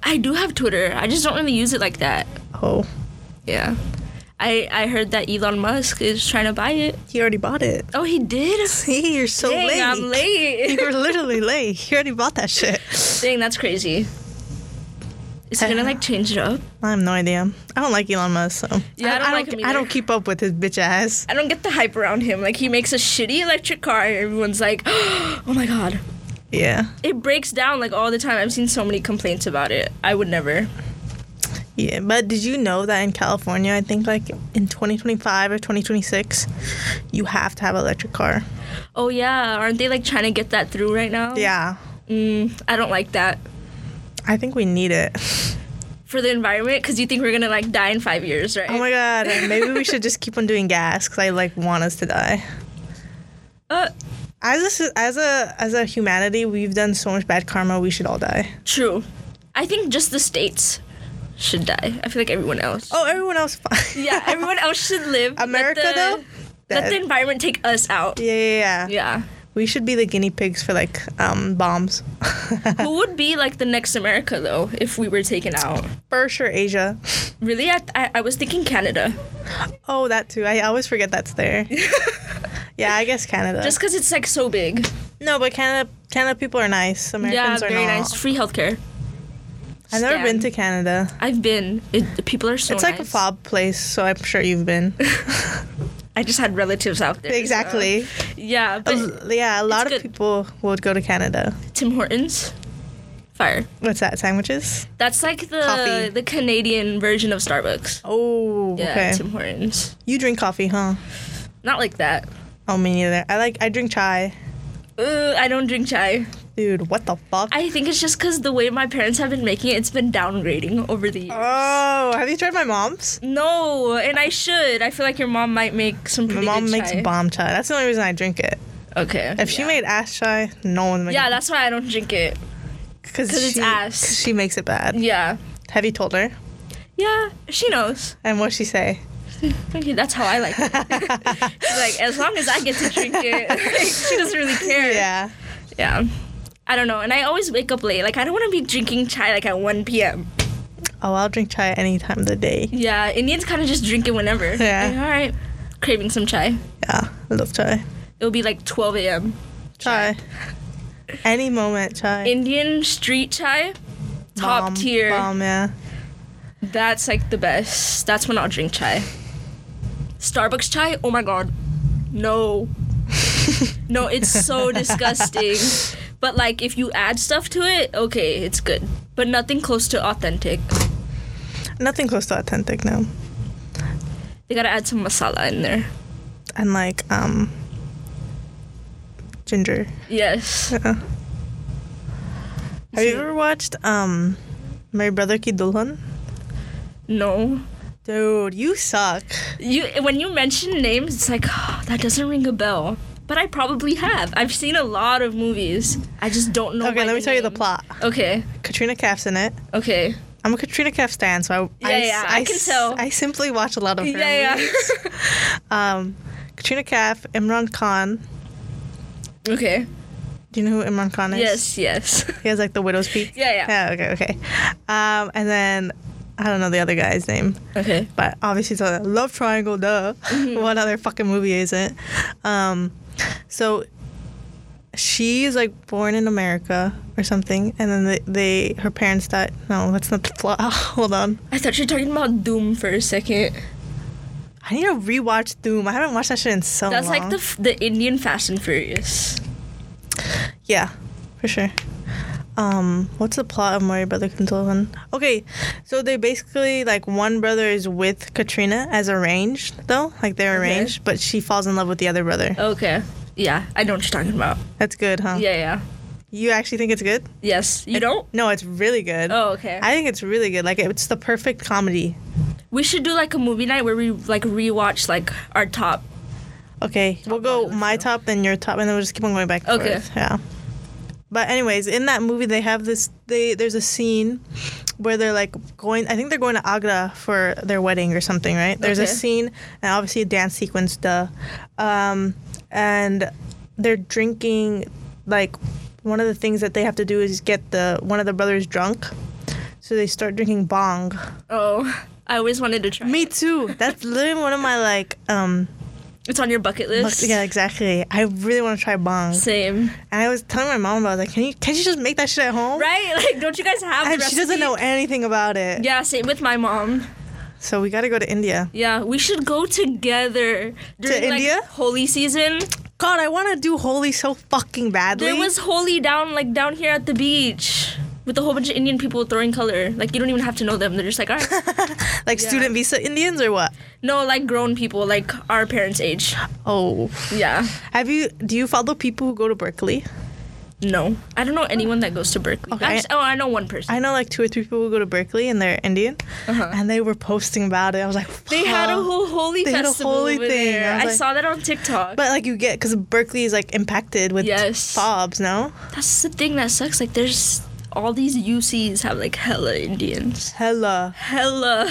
I do have Twitter. I just don't really use it like that.
Oh,
Yeah. I I heard that Elon Musk is trying to buy it.
he already bought it.
Oh, he did.
See, you're so
Dang,
late.
I'm late.
You're literally late. He already bought that shit.
Dang, that's crazy. Is he gonna like change it up?
I have no idea. I don't like Elon Musk, so
Yeah, I don't
I
like him
I
either.
don't keep up with his bitch ass.
I don't get the hype around him. Like he makes a shitty electric car, and everyone's like, "Oh my god!"
Yeah,
It breaks down like all the time. I've seen so many complaints about it. I would never.
yeah. But did you know that in California, I think like in 2025 or 2026, you have to have an electric car.
Oh yeah, aren't they like trying to get that through right now?
Yeah,
Mm, I don't like that
I think we need it.
for the environment because you think we're gonna like die in five years, right?
Oh my god, maybe we should just keep on doing gas because I like want us to die.
Uh,
As a, as a as a humanity, we've done so much bad karma. We should all die.
true. I think just the states should die. I feel like everyone else.
Oh, everyone else fine.
Yeah, everyone else should live. Let
America,
the-
though?
Let
That-
the environment take us out.
Yeah, yeah, yeah,
Yeah.
We should be the guinea pigs for like um, bombs.
Who would be like the next America though if we were taken out?
for sure, Asia.
Really, I, I, I was thinking Canada,
Oh, that too. I always forget that's there. yeah, I guess Canada.
just because it's like so big.
no, but Canada, Canada people are nice.
yeah,
Americans are
very
not.
nice. Free healthcare.
I've never
Stan.
been to Canada.
I've been. It, the people are so.
it's like a
nice.
fob place, so I'm sure you've been.
I just had relatives out there. so-
exactly.
Yeah, but
Uh, yeah, a lot of
good.
people would go to Canada.
Tim Hortons, fire.
What's that? Sandwiches?
That's like the
Coffee.
the Canadian version of Starbucks.
Oh,
Yeah,
okay.
Tim Hortons.
You drink coffee, huh?
Not like that.
Oh, me neither. I like I drink chai.
Uh, I don't drink chai.
Dude, what the fuck?
I think it's just because the way my parents have been making it, it's been downgrading over the years.
oh, have you tried my mom's?
No, and I should. I feel like your mom might make some
My
pretty
mom
good
makes
chai.
bomb chai. That's the only reason I drink it.
Okay.
If she
yeah.
made ass chai, no one's making
Yeah, that's why I don't drink it.
because
'cause it's ass.
she makes it bad.
Yeah.
Have you told her?
Yeah, she knows.
And what'd she say?
Okay, that's how I like it. She's like, as long as I get to drink it, like, she doesn't really care.
Yeah.
Yeah. I don't know. And I always wake up late. Like, I don't want to be drinking chai like at 1 p.m.
Oh, I'll drink chai any time of the day.
Yeah, Indians kind of just drink it whenever.
Yeah.
Like, all right. Craving some chai.
Yeah, I love chai.
It'll be like 12 a.m.
Chai. Any moment, chai.
Indian street chai, top
Bomb,
tier.
Bomb, yeah.
That's like the best. That's when I'll drink chai. Starbucks chai? Oh my god. No. no, it's so disgusting. But like if you add stuff to it, okay, it's good. But nothing close to authentic.
Nothing close to authentic, no.
They gotta add some masala in there.
And like um ginger.
Yes.
Yeah. Have you
So-
ever watched um My Brother Ki Dulhan?
No.
Dude, you suck.
You when you mention names, it's like that doesn't ring a bell. But I probably have. I've seen a lot of movies. I just don't know.
okay,
by
let me tell you the
name.
plot.
Okay.
Katrina Kaff's in it.
Okay.
I'm a Katrina Kaff stan, so I
Yeah, yeah, I can
s-
tell.
I simply watch a lot of her
Yeah,
movies.
yeah.
Um, Katrina Kaff, Imran Khan.
okay.
Do you know who Imran Khan is?
Yes, yes.
He has like the widow's peak.
Yeah, yeah.
Yeah. Okay. Okay. Um, and then I don't know the other guy's name,
Okay.
but obviously it's a love triangle. Duh.
Mm-hmm.
what other fucking movie is it? Um, so she is like born in America or something, and then they, they her parents died. No, that's not the plot. Hold on.
I thought you were talking about Doom for a second.
I need to rewatch Doom. I haven't watched that shit in so
That's
long.
like the f- the Indian Fast and Furious.
Yeah, for sure. Um, what's the plot of Mario Brother Control? Okay, so they basically like one brother is with Katrina as arranged though, like they're
Okay.
arranged, but she falls in love with the other brother.
Okay. Yeah, I know what you're talking about.
That's good, huh?
Yeah, yeah.
You actually think it's good?
Yes. You don't?
No, it's really good.
Oh, okay.
I think it's really good. Like it's the perfect comedy.
we should do like a movie night where we like rewatch like our top.
Okay, we'll go
Hollywood
my
show.
top, then your top, and then we'll just keep on going back. And
Okay.
Forth. Yeah. But anyways, in that movie, they have this. They there's a scene where they're like going. I think they're going to Agra for their wedding or something, right? There's a
Okay.
scene, and obviously a dance sequence, duh. Um, and they're drinking. Like one of the things that they have to do is get the one of the brothers drunk. So they start drinking bong.
Oh, I always wanted to try.
Me
it.
too. That's literally one of my like um.
It's on your bucket
Look,
list.
yeah, exactly. I really want to try bong.
Same.
And I was telling my mom about it, like, can you can she just make that shit at home?
Right? Like, don't you guys have?
And
the
she doesn't
recipe?
know anything about it.
Yeah, same with my mom.
So we gotta go to India.
Yeah, we should go together during like,
India?
holy season.
God, I wanna do holy so fucking badly.
There was holy down like down here at the beach with a whole bunch of Indian people throwing color. Like you don't even have to know them. They're just like, all right.
like
yeah.
student visa Indians or what?
no, like grown people, like our parents' age.
Oh.
Yeah.
Have you do you follow people who go to Berkeley?
No, I don't know anyone that goes to Berkeley.
Okay.
Actually, oh, I know one person.
I know like two or three people who go to Berkeley and they're Indian.
Uh-huh.
And they were posting about it. I was like,
they had a
"Fuck."
whole holy
They had a
festival
holy
over
thing.
there.
I
I,
was like-
saw that on TikTok.
But like you get because Berkeley is like impacted with
Yes.
fobs, no?
That's the thing that sucks. Like, there's all these UCs have like hella Indians.
Hella.
Hella,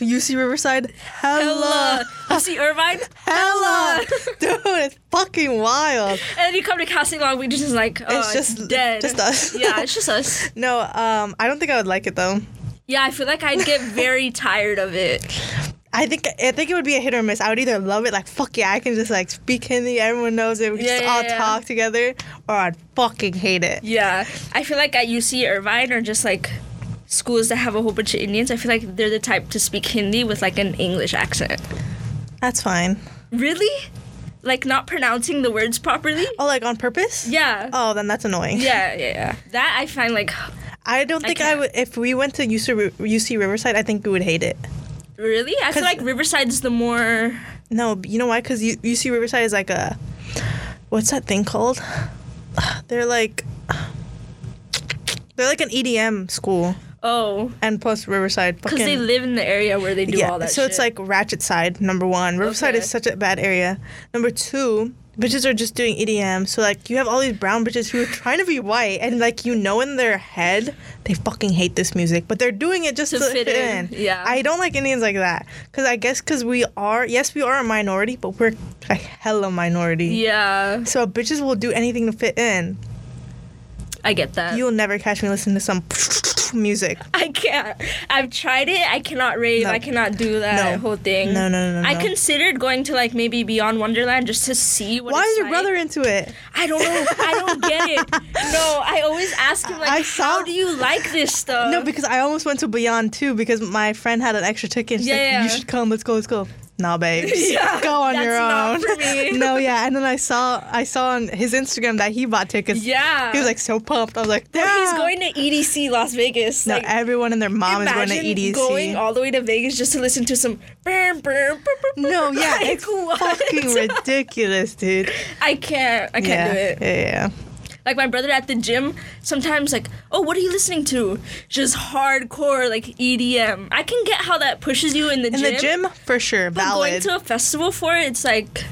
UC Riverside.
hella. UC Irvine,
hella. Dude, it's fucking wild.
and then you come to Casting Long, we just like, oh,
It's
it's
just-
dead.
just us.
yeah, it's just us.
No, um, I don't think I would like it though.
Yeah, I feel like I'd get very tired of it.
I think I think it would be a hit or miss. I would either love it, like fuck yeah, I can just like speak Hindi, everyone knows it, we can
Yeah,
just
yeah,
all
yeah.
talk together, or I'd fucking hate it.
Yeah, I feel like at UC Irvine or just like schools that have a whole bunch of Indians, I feel like they're the type to speak Hindi with like an English accent.
That's fine.
Really? Like not pronouncing the words properly?
Oh, like on purpose?
Yeah.
Oh, then that's annoying.
Yeah, yeah, yeah. That I find like
I don't
I
think I,
can't.
would. If we went to UC, Ri- UC Riverside, I think we would hate it.
really. I
'Cause-
feel like Riverside's the more
No, you know why? Because UC Riverside is like a, what's that thing called? They're like, they're like an EDM school,
oh,
and plus Riverside.
because
fucking-
they live in the area where they do all that.
so it's
shit.
like Ratchet Side, number one. Riverside is
Okay.
such a bad area. Number two, bitches are just doing EDM. So like you have all these brown bitches who are trying to be white and like you know in their head they fucking hate this music, but they're doing it just to, fit, in.
yeah.
I don't like Indians like that. Cause I guess cause we are yes, we are a minority, but we're a hella minority.
yeah,
So bitches will do anything to fit in.
I get that.
You'll never catch me listening to some music.
I can't. I've tried it. I cannot rave.
No.
I cannot do that
No.
whole thing.
No, no, no, no,
I
no.
considered going to like maybe Beyond Wonderland just to see what.
Why
it's
is your
like.
brother into it?
I don't know. I don't get it. No, I always ask him like,
I saw-
how do you like this stuff?
No, because I almost went to Beyond too because my friend had an extra ticket. She's
Yeah,
like, you
yeah.
should come. Let's go. Let's go. Nah, babes.
Yeah,
go on
that's
your
not
own.
for me.
no, yeah. And then I saw I saw on his Instagram that he bought tickets.
Yeah.
He was like so pumped. I was like, yeah.
He's going to EDC Las Vegas.
No,
like,
everyone and their mom is going to E
imagine
EDC.
going all the way to Vegas just to listen to some. Burr, burr, burr, burr,
no,
burr.
yeah,
Like,
it's
what?
fucking ridiculous, dude.
I can't. I can't
yeah,
do it.
yeah, yeah.
Like my brother at the gym, sometimes like, oh, what are you listening to? Just hardcore like EDM. I can get how that pushes you in the
In
gym.
the gym, for sure,
But going
valid.
to a festival for it, it's like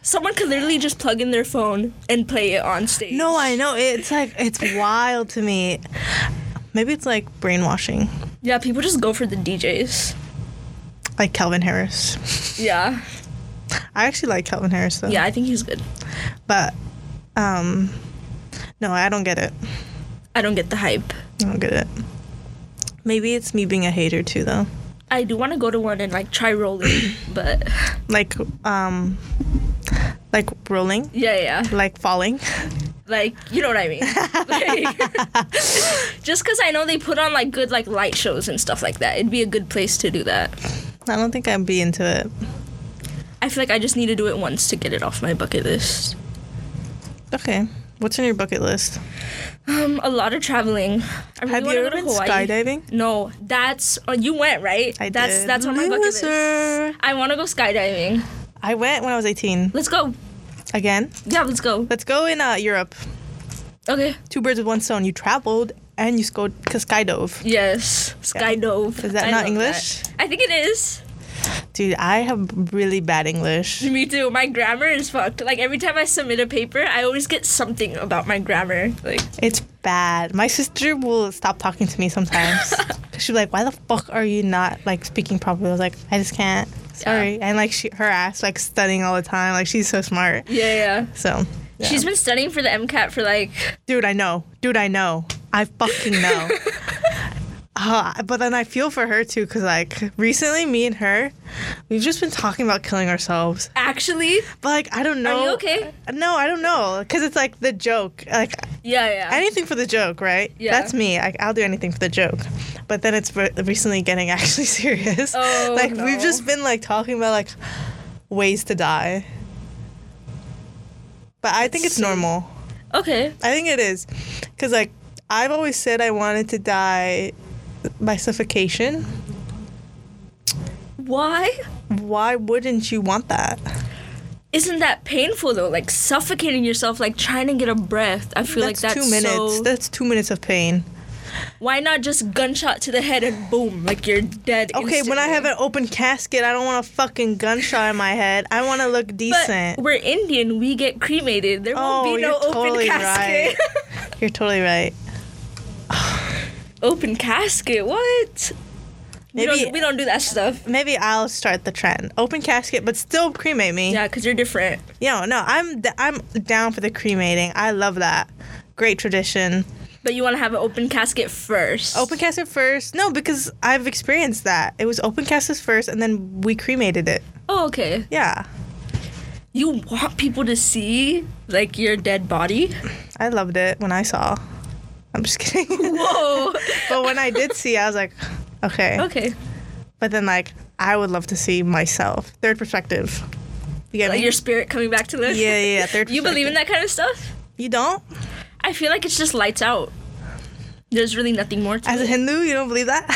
someone could literally just plug in their phone and play it on stage.
no, I know it's like it's wild to me. Maybe it's like brainwashing,
Yeah, people just go for the DJs.
like Calvin Harris.
Yeah.
I actually like Calvin Harris though.
Yeah, I think he's good.
But um no, I don't get it.
I don't get the hype.
I don't get it. Maybe it's me being a hater too though.
I do want to go to one and like try rolling, but
Like um like rolling,
yeah, yeah.
like falling.
Like, you know what I mean? Like, just because I know they put on like good like light shows and stuff like that. It'd be a good place to do that.
I don't think I'd be into it.
I feel like I just need to do it once to get it off my bucket list.
Okay. What's on your bucket list?
Um, a lot of traveling. I really
Have you
wanna
ever
go to
been
Hawaii.
skydiving?
No, that's oh, you went right.
I
that's
did.
that's on my bucket
Loser.
list. I want to go skydiving.
I went when I was 18.
Let's go.
again.
Yeah, let's go.
Let's go in uh, Europe.
Okay.
Two birds with one stone. You traveled and you sco- skydove.
Yes. Skydove.
Is that
I
not
love
English?
that. I think it is.
Dude, I have really bad English.
Me too. My grammar is fucked. Like every time I submit a paper, I always get something about my grammar. Like
It's bad. My sister will stop talking to me sometimes. She'll be like, "Why the fuck are you not like speaking properly?" I was like, "I just can't. Sorry." And like she, her ass like studying all the time. Like she's so smart.
yeah, yeah.
So yeah.
She's been studying for the MCAT for like
dude, I know. Dude, I know. I fucking know. Uh, but then I feel for her too, cause like recently, me and her, we've just been talking about killing ourselves.
actually.
But like, I don't know.
Are you okay?
No, I don't know, cause it's like the joke. Like
Yeah, yeah.
anything for the joke, right?
Yeah.
That's me. I, I'll do anything for the joke. But then it's re- recently getting actually serious.
Oh,
like
no.
we've just been like talking about like ways to die. But I think it's
so-
normal.
okay.
I think it is, cause like I've always said I wanted to die by suffocation.
Why?
Why wouldn't you want that?
Isn't that painful though? Like suffocating yourself, like trying to get a breath. I feel like that's
two minutes.
so.
That's two minutes of pain.
Why not just gunshot to the head and boom, like you're dead.
Okay, when I
instantly.
have an open casket, I don't want a fucking gunshot in my head. I want to look decent.
But we're Indian. We get cremated. There won't
Oh,
be no
you're
open
totally
casket.
You're totally right.
open casket. What? we,
Maybe-
don't, we don't do that stuff.
Maybe I'll start the trend. Open casket, but still cremate me.
Yeah, because you're different.
Yo, no, I'm d- I'm down for the cremating. I love that. Great tradition.
But you want to have an open casket first.
Open casket first. No, because I've experienced that. It was open casket first, and then we cremated it.
Oh, okay.
Yeah,
You want people to see like your dead body?
I loved it when I saw. I'm just kidding.
Whoa.
but when I did see, I was like, okay.
okay.
But then like, I would love to see myself. Third perspective. You get
Like
me?
your spirit coming back to life.
Yeah, yeah, yeah, third
you believe in that kind of stuff?
you don't?
I feel like it's just lights out. There's really nothing more to
As a
it.
Hindu, you don't believe that?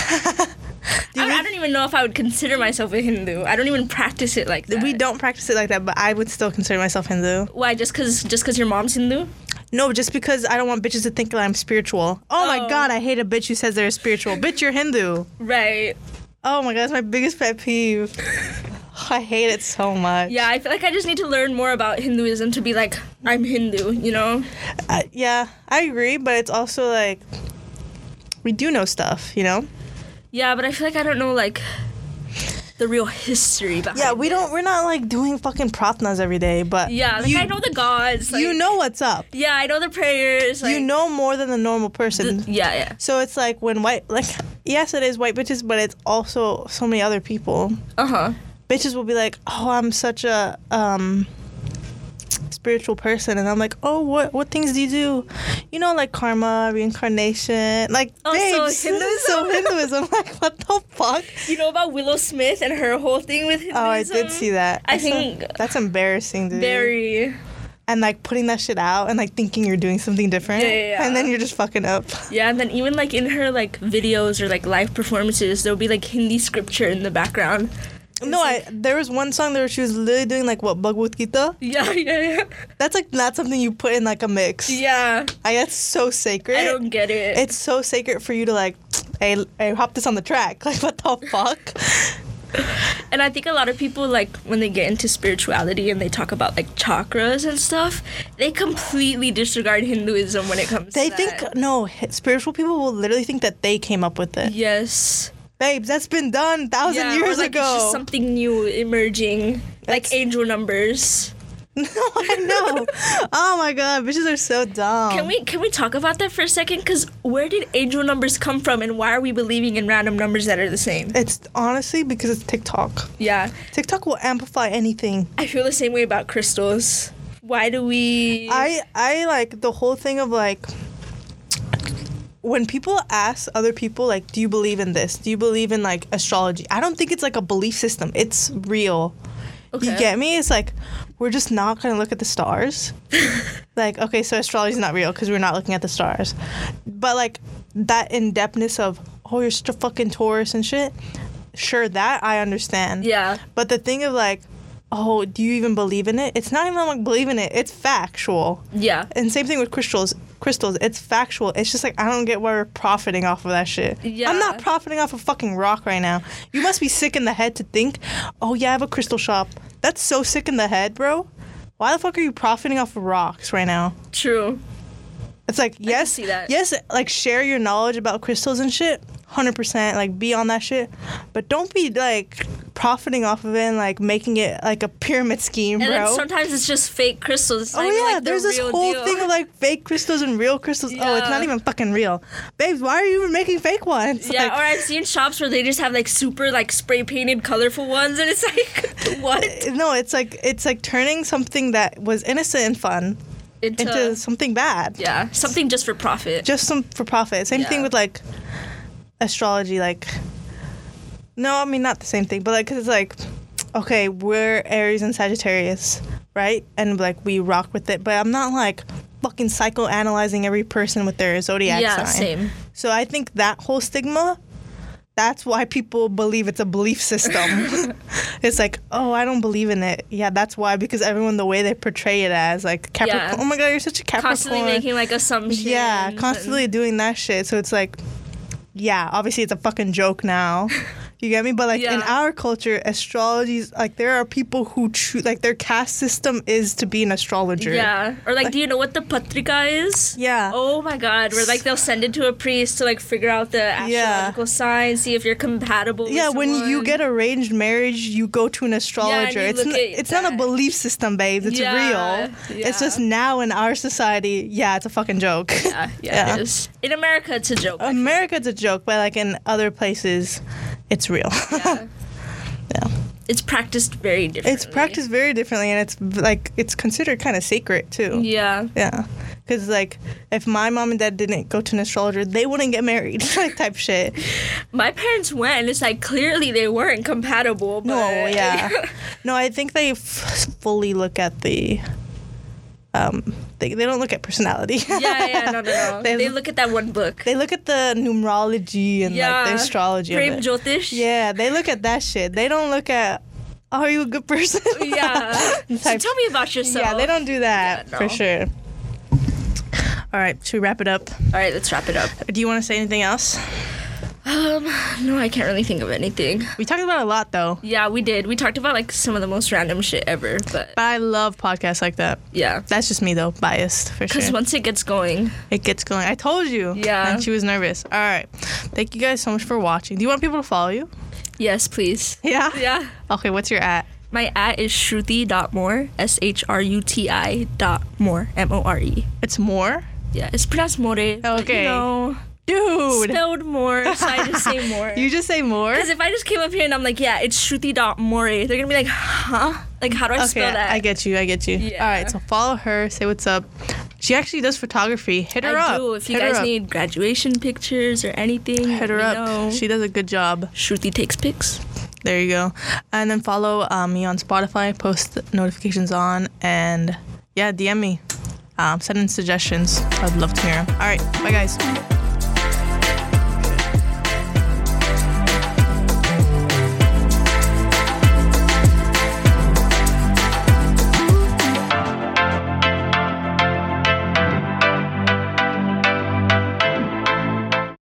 Do you
I, I don't even know if I would consider myself a Hindu. I don't even practice it like that.
We don't practice it like that, but I would still consider myself Hindu.
Why? Just cause just cause your mom's Hindu?
No, just because I don't want bitches to think that I'm spiritual. Oh, my
Oh.
god, I hate a bitch who says they're spiritual. bitch, you're Hindu.
Right.
Oh my god, that's my biggest pet peeve. I hate it so much.
Yeah, I feel like I just need to learn more about Hinduism to be like, I'm Hindu, you know?
Uh, yeah, I agree, but it's also like we do know stuff, you know?
Yeah, but I feel like I don't know like the real history behind
Yeah, we
it.
don't. We're not like doing fucking pratnas every day, but
Yeah, like
you,
I know the gods. Like,
you know what's up.
Yeah, I know the prayers. Like,
you know more than the normal person.
th- yeah, yeah.
So it's like when white, like, yes, it is white bitches, but it's also so many other people.
Uh huh.
Bitches will be like, oh, I'm such a um, spiritual person, and I'm like, oh, what what things do you do? You know, like karma, reincarnation, like,
Oh, so
babes,
Hinduism?
so Hinduism. like, what the fuck?
You know about Willow Smith and her whole thing with Hinduism?
Oh, I did see that.
I
That's a-
think-
that's embarrassing, dude.
Very.
and like putting that shit out and like thinking you're doing something different,
Yeah, yeah, yeah.
and then you're just fucking up.
Yeah, and then even like in her like videos or like live performances, there'll be like Hindi scripture in the background.
No, I there was one song there where she was literally doing like what Bhagavad Gita.
Yeah, yeah,
That's like not something you put in like a mix.
yeah. Yeah,
I that's so sacred.
I don't get it.
it's so sacred for you to like, hey, hey, hop this on the track. Like what the fuck?
And I think a lot of people like when they get into spirituality and they talk about like chakras and stuff, they completely disregard Hinduism when it comes
they
to
think
that.
no h- spiritual people will literally think that they came up with it.
Yes.
Babes, that's been done thousand
Yeah,
years
or, like, It's
ago.
just something new emerging.
That's-
Like angel numbers.
no, I know. oh my god, bitches are so dumb.
Can we can we talk about that for a second? Cause where did angel numbers come from and why are we believing in random numbers that are the same?
It's honestly because it's TikTok.
Yeah.
TikTok will amplify anything.
I feel the same way about crystals. Why do we
I I like the whole thing of like when people ask other people like do you believe in this? Do you believe in like astrology? I don't think it's like a belief system. It's real. You
Okay.
get me? It's like we're just not going to look at the stars. like okay, so astrology is not real cuz we're not looking at the stars. But like that in-depthness of oh you're such a fucking Taurus and shit. Sure that I understand.
Yeah.
But the thing of like, oh, do you even believe in it? It's not even like believe in it. It's factual.
Yeah.
And same thing with crystals. Crystals, it's factual. It's just like I don't get why we're profiting off of that shit.
Yeah.
I'm not profiting off a fucking rock right now. You must be sick in the head to think, oh yeah, I have a crystal shop. That's so sick in the head, bro. Why the fuck are you profiting off of rocks right now?
True.
It's like yes,
see that.
yes, like share your knowledge about crystals and shit, hundred percent. Like be on that shit, but don't be like profiting off of it and like making it like a pyramid scheme,
And
bro.
then sometimes it's just fake crystals. It's
Oh
not even,
yeah,
like, the
there's this
real
whole
deal.
thing of like fake crystals and real crystals. Oh, it's not
Yeah.
even fucking real, babes. Why are you even making fake ones?
Yeah,
Like,
or I've seen shops where they just have like super like spray painted colorful ones, and it's like what
no, it's like it's like turning something that was innocent and fun
into,
into something bad.
yeah something just for profit.
Just some for profit. Same thing
Yeah.
with like astrology. Like, no, I mean not the same thing, but like, 'cause it's like, okay, we're Aries and Sagittarius, right? And like we rock with it, but I'm not like fucking psychoanalyzing every person with their zodiac
yeah,
sign.
same.
So I think that whole stigma, that's why people believe it's a belief system. it's like, oh, I don't believe in it. Yeah, that's why because everyone the way they portray it as like Capricorn.
Yeah.
Oh my God, you're such a Capricorn.
Constantly making like assumptions.
yeah,
and-
constantly doing that shit. So it's like, yeah, obviously it's a fucking joke now. You get me? But like in
Yeah.
our culture, astrology's like there are people who choose like their caste system is to be an astrologer.
Yeah, or like, do you know what the patrika is?
Yeah.
Oh my God, where like they'll send it to a priest to like figure out the astrological sign, see if you're compatible. with
Yeah, when you
someone.
get arranged marriage, you go to an astrologer.
you
it's n-
look at
it's not a
that.
belief system, babes. It's
Yeah,
real. It's
yeah.
just now in our society, yeah, it's a fucking joke.
yeah, yeah,
Yeah. Oh,
It is. in America, it's a joke. I
America, it's a joke, but like in other places, it's real.
feel. yeah.
Yeah.
it's practiced very differently.
it's practiced very differently, and it's v- like it's considered kind of sacred too.
Yeah,
Yeah. Because, like, if my mom and dad didn't go to an astrologer, they wouldn't get married, like, type shit.
my parents went, and it's like clearly they weren't compatible. But
No, yeah. No, I think they f- fully look at the. Um, they, they don't look at personality.
yeah, yeah, no, no, no.
They-
They, look at that one book.
They look at the numerology and like
Yeah.
the astrology. of
Prem
it.
Jyotish.
Yeah, they look at that shit. They don't look at are you a good person?
Yeah. so
Type-
tell me about yourself.
yeah, they don't do that
Yeah, no.
for sure. All right, should we wrap it up?
All right, let's wrap it up.
Do you want to say anything else?
Um, no, I can't really think of anything.
We talked about a lot though,
Yeah, we did. We talked about like some of the most random shit ever, but
but I love podcasts like that.
yeah.
That's just me though, biased for
Because
sure.
once it gets going,
it gets going. I told you.
Yeah.
And she was nervous. All right. Thank you guys so much for watching. Do you want people to follow you?
yes, please.
Yeah.
Yeah.
Okay, what's your at?
My at is shruti.more, S H R U T I dot more, M O R E.
It's more.
Yeah, it's pronounced more. Okay. But,
Okay.
you know,
Dude.
spelled more, so I just say more.
You just say more.
Because if I just came up here and I'm like, yeah, it's shruti.more, they're going to be like, huh? Like, how do I
Okay,
spell that?
I get you. I get you.
Yeah.
All right, so follow her. Say what's up. She actually does photography. Hit her
I
up.
do. If you
Hit her
guys
up.
need graduation pictures or anything,
hit her
let
up.
me know.
She does a good job.
Shruti takes pics.
There you go. And then follow um, me on Spotify. Post notifications on, and yeah, DM me. Um, send in suggestions. I'd love to hear them. All right, bye guys.